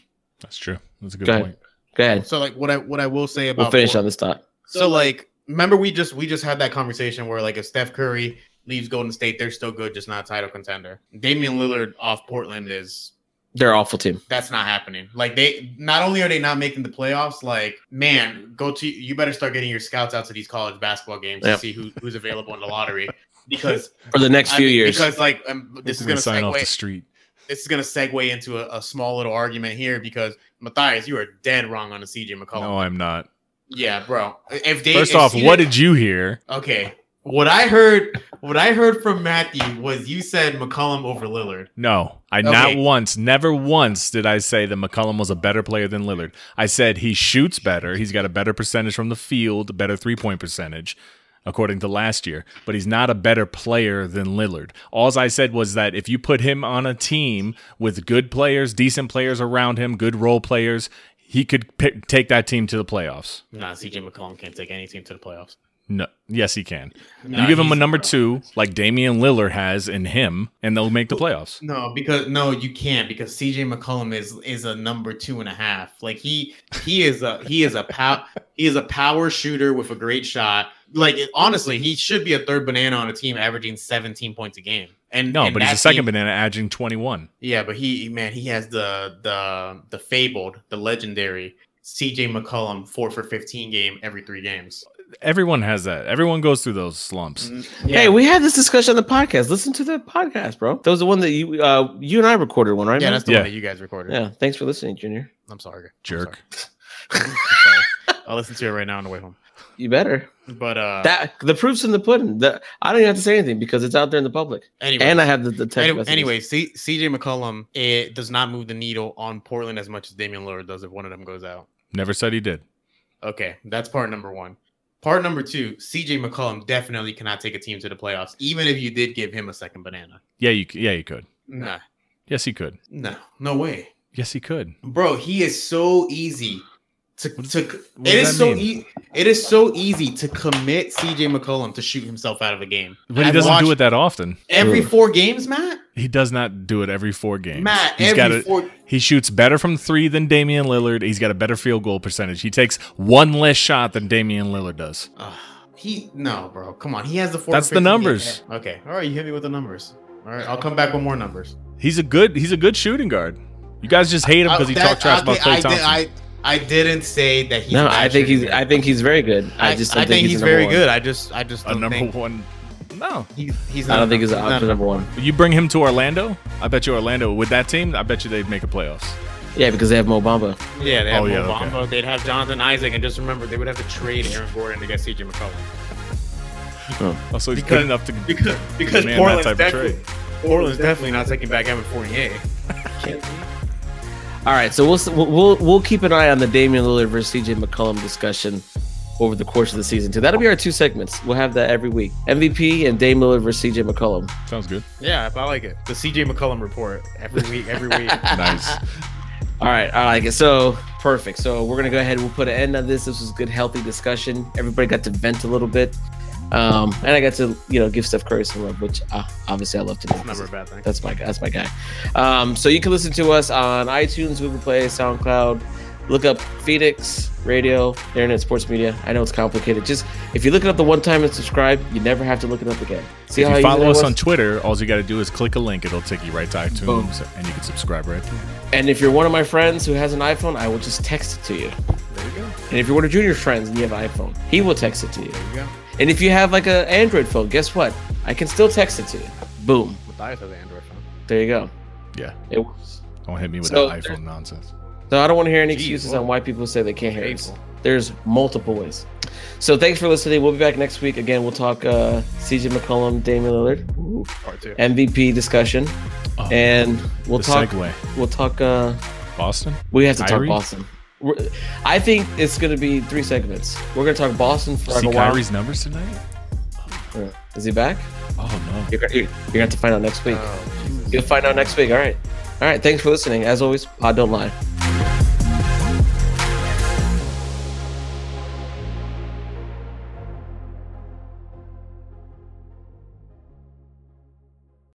D: That's true. That's a good
B: Go ahead.
D: point.
B: go ahead.
C: so like what I what I will say about
B: We'll finish
C: Port-
B: on this thought.
C: So like remember we just we just had that conversation where like if Steph Curry leaves Golden State, they're still good, just not a title contender. Damian Lillard off Portland is
B: They're an awful team.
C: that's not happening. Like they not only are they not making the playoffs, like man, go to you better start getting your scouts out to these college basketball games
B: Yeah.
C: to see who who's available in the [LAUGHS] lottery because
B: For the next
C: I
B: few
C: mean,
B: years,
C: Because like um, this is
D: We're
C: gonna
D: sign off the
C: segue.
D: street.
C: This is gonna segue into a, a small little argument here because Matthias, you are dead wrong on the CJ McCollum.
D: No, I'm not.
C: yeah, bro. If they
D: First
C: if
D: off,
C: CJ
D: what did you hear?
C: okay? What I heard, what I heard from Matthew was you said McCollum over Lillard.
D: No, I
C: Okay.
D: not once, never once did I say that McCollum was a better player than Lillard. I said he shoots better. He's got a better percentage from the field, better three point percentage, according to last year. But he's not a better player than Lillard. Alls I said was that if you put him on a team with good players, decent players around him, good role players, he could pick, take that team to the playoffs.
C: Nah, CJ McCollum can't take any team to the playoffs.
D: No, yes, he can.
C: Nah,
D: you give him a
C: he's-
D: number two like Damian Lillard has in him, and they'll make the playoffs.
C: No, because no, you can't because CJ McCollum is is a number two and a half. Like he he is a he is a pow he is a power shooter with a great shot. Like it- honestly, he should be a third banana on a team averaging 17 points a game. And
D: No,
C: and
D: but he's
C: that
D: a second
C: team-
D: banana, averaging twenty one.
C: Yeah, but he man, he has the the the fabled, the legendary CJ McCollum four for 15 game every three games.
D: everyone has that. Everyone goes through those
C: Mm,
D: slumps.
B: Hey, we had this discussion on the podcast. Listen to the podcast, bro. That was the one that you uh, you and I recorded one, right?
C: yeah,
B: man?
C: that's the
D: Yeah.
C: one that you guys recorded.
B: yeah. Thanks for listening, Junior.
C: I'm sorry. I'm
D: Jerk.
C: sorry. I'm sorry. I'll listen to it right now on the way home.
B: You better.
C: But uh,
B: that the proof's in the pudding. The, I don't even have to say anything because it's out there in the public,
C: anyway,
B: and I have the, the text.
C: Any-
B: messages.
C: anyway, C- CJ McCollum it does not move the needle on Portland as much as Damian Lillard does if one of them goes out.
D: Never said he did.
C: Okay, that's part number one. Part number two, CJ McCollum definitely cannot take a team to the playoffs, even if you did give him a second banana.
D: Yeah, you. c- Yeah, you could.
C: Nah,
D: Yes, he could.
C: no, no way,
D: Yes, he could.
C: bro. He is so easy to to.
D: what
C: It
D: does
C: is
D: that
C: so
D: mean?
C: e- It is so easy to commit CJ McCollum to shoot himself out of a game.
D: But he
C: I've
D: doesn't do
C: watched
D: it that often.
C: every four games, Matt.
D: He does not do it every four games.
C: Matt,
D: He's got
C: every
D: a-
C: four.
D: He shoots better from three than Damian Lillard. He's got a better field goal percentage. He takes one less shot than Damian Lillard does.
C: Ugh, he no, bro. Come on. He has the four.
D: That's the numbers.
C: Okay. All right. You hit me with the numbers. All right. I'll come back with more numbers.
D: He's a good. He's a good shooting guard. You guys just hate him because he
C: Uh, that-
D: talked trash about
C: okay,
D: Clay
C: I, did,
D: Thompson.
C: I I didn't say that he's.
B: no,
C: a bad
B: I think he's.
C: shooter.
B: I think he's very good. I just.
C: I,
B: don't
C: think, he's,
B: the number
C: very
B: one.
C: good. I just I just
D: a
C: don't
D: number
C: think
D: one. No,
C: he's, he's
B: I
C: not-
B: don't think he's an
C: not-
B: option number one.
D: you bring him to Orlando. I bet you Orlando with that team. I bet you they'd make a playoffs.
B: Yeah, because they have Mo Bamba.
C: Yeah, they have
D: Oh, yeah,
C: Mo Bamba, They'd have Jonathan Isaac, and just remember they would have to trade Aaron Gordon to get CJ McCollum
D: Also, Oh, he's
C: Because-
D: good enough to.
C: because because
D: Man, that
C: Portland's
D: type of
C: definitely Portland's definitely not taking back Evan Fournier.
B: All right, so we'll s- we'll- we'll we'll keep an eye on the Damian Lillard versus CJ McCollum discussion over the course of the season too. That'll be our two segments. We'll have that every week. MVP and Dame Lillard versus CJ McCollum.
D: Sounds
B: [LAUGHS]
D: good.
C: Yeah, I like it. The CJ McCollum report every week, every [LAUGHS] week.
D: Nice.
B: All right, I like it. So perfect. So we're gonna go ahead. We'll put an end on this. This was a good, healthy discussion. Everybody got to vent a little bit, um, and I got to you know give Steph Curry some love, which uh, obviously I love to do.
C: Never a bad thing.
B: That's my that's my guy. Um, so you can listen to us on iTunes, Google Play, SoundCloud. Look up Phoenix Radio, Internet Sports Media. I know it's complicated. Just if you look it up the one time and subscribe, you never have to look it up again. See
D: if
B: how
D: you
B: easy
D: follow
B: that
D: us
B: was?
D: on Twitter, all you got to do is click a link. It'll take you right to iTunes,
B: Boom.
D: and you can subscribe right there.
B: And if you're one of my friends who has an iPhone, I will just text it to you.
C: There you go.
B: And if you're one of Junior's friends and you have an iPhone, he will text it to you.
C: There you go.
B: And if you have like an Android phone, guess what? I can still text it to you. Boom.
C: Matthias has an Android phone.
B: There you go.
D: Yeah.
B: It works.
D: Don't hit me with
B: So
D: that
B: there-
D: iPhone nonsense.
B: So I don't want to hear any
C: Jeez,
B: excuses
C: whoa.
B: on why people say they can't hear us.
C: Painful.
B: There's multiple ways. So thanks for listening. We'll be back next week. Again, we'll talk uh, CJ McCollum, Damian Lillard,
C: Part two.
B: MVP discussion,
D: Oh,
B: and we'll
D: the
B: talk.
D: segue.
B: We'll talk. Uh,
D: Boston.
B: we have to talk
D: Kyrie?
B: Boston. We're, I think it's going to be three segments. We're going to talk Boston for like
D: See
B: a while.
D: Kyrie's numbers tonight.
B: Uh, Is he back?
D: Oh no.
B: You're, you're, you're going to have to find out next week.
C: Oh, Jesus.
B: You'll find out next week. All right. All right. Thanks for listening. As always, pod don't lie.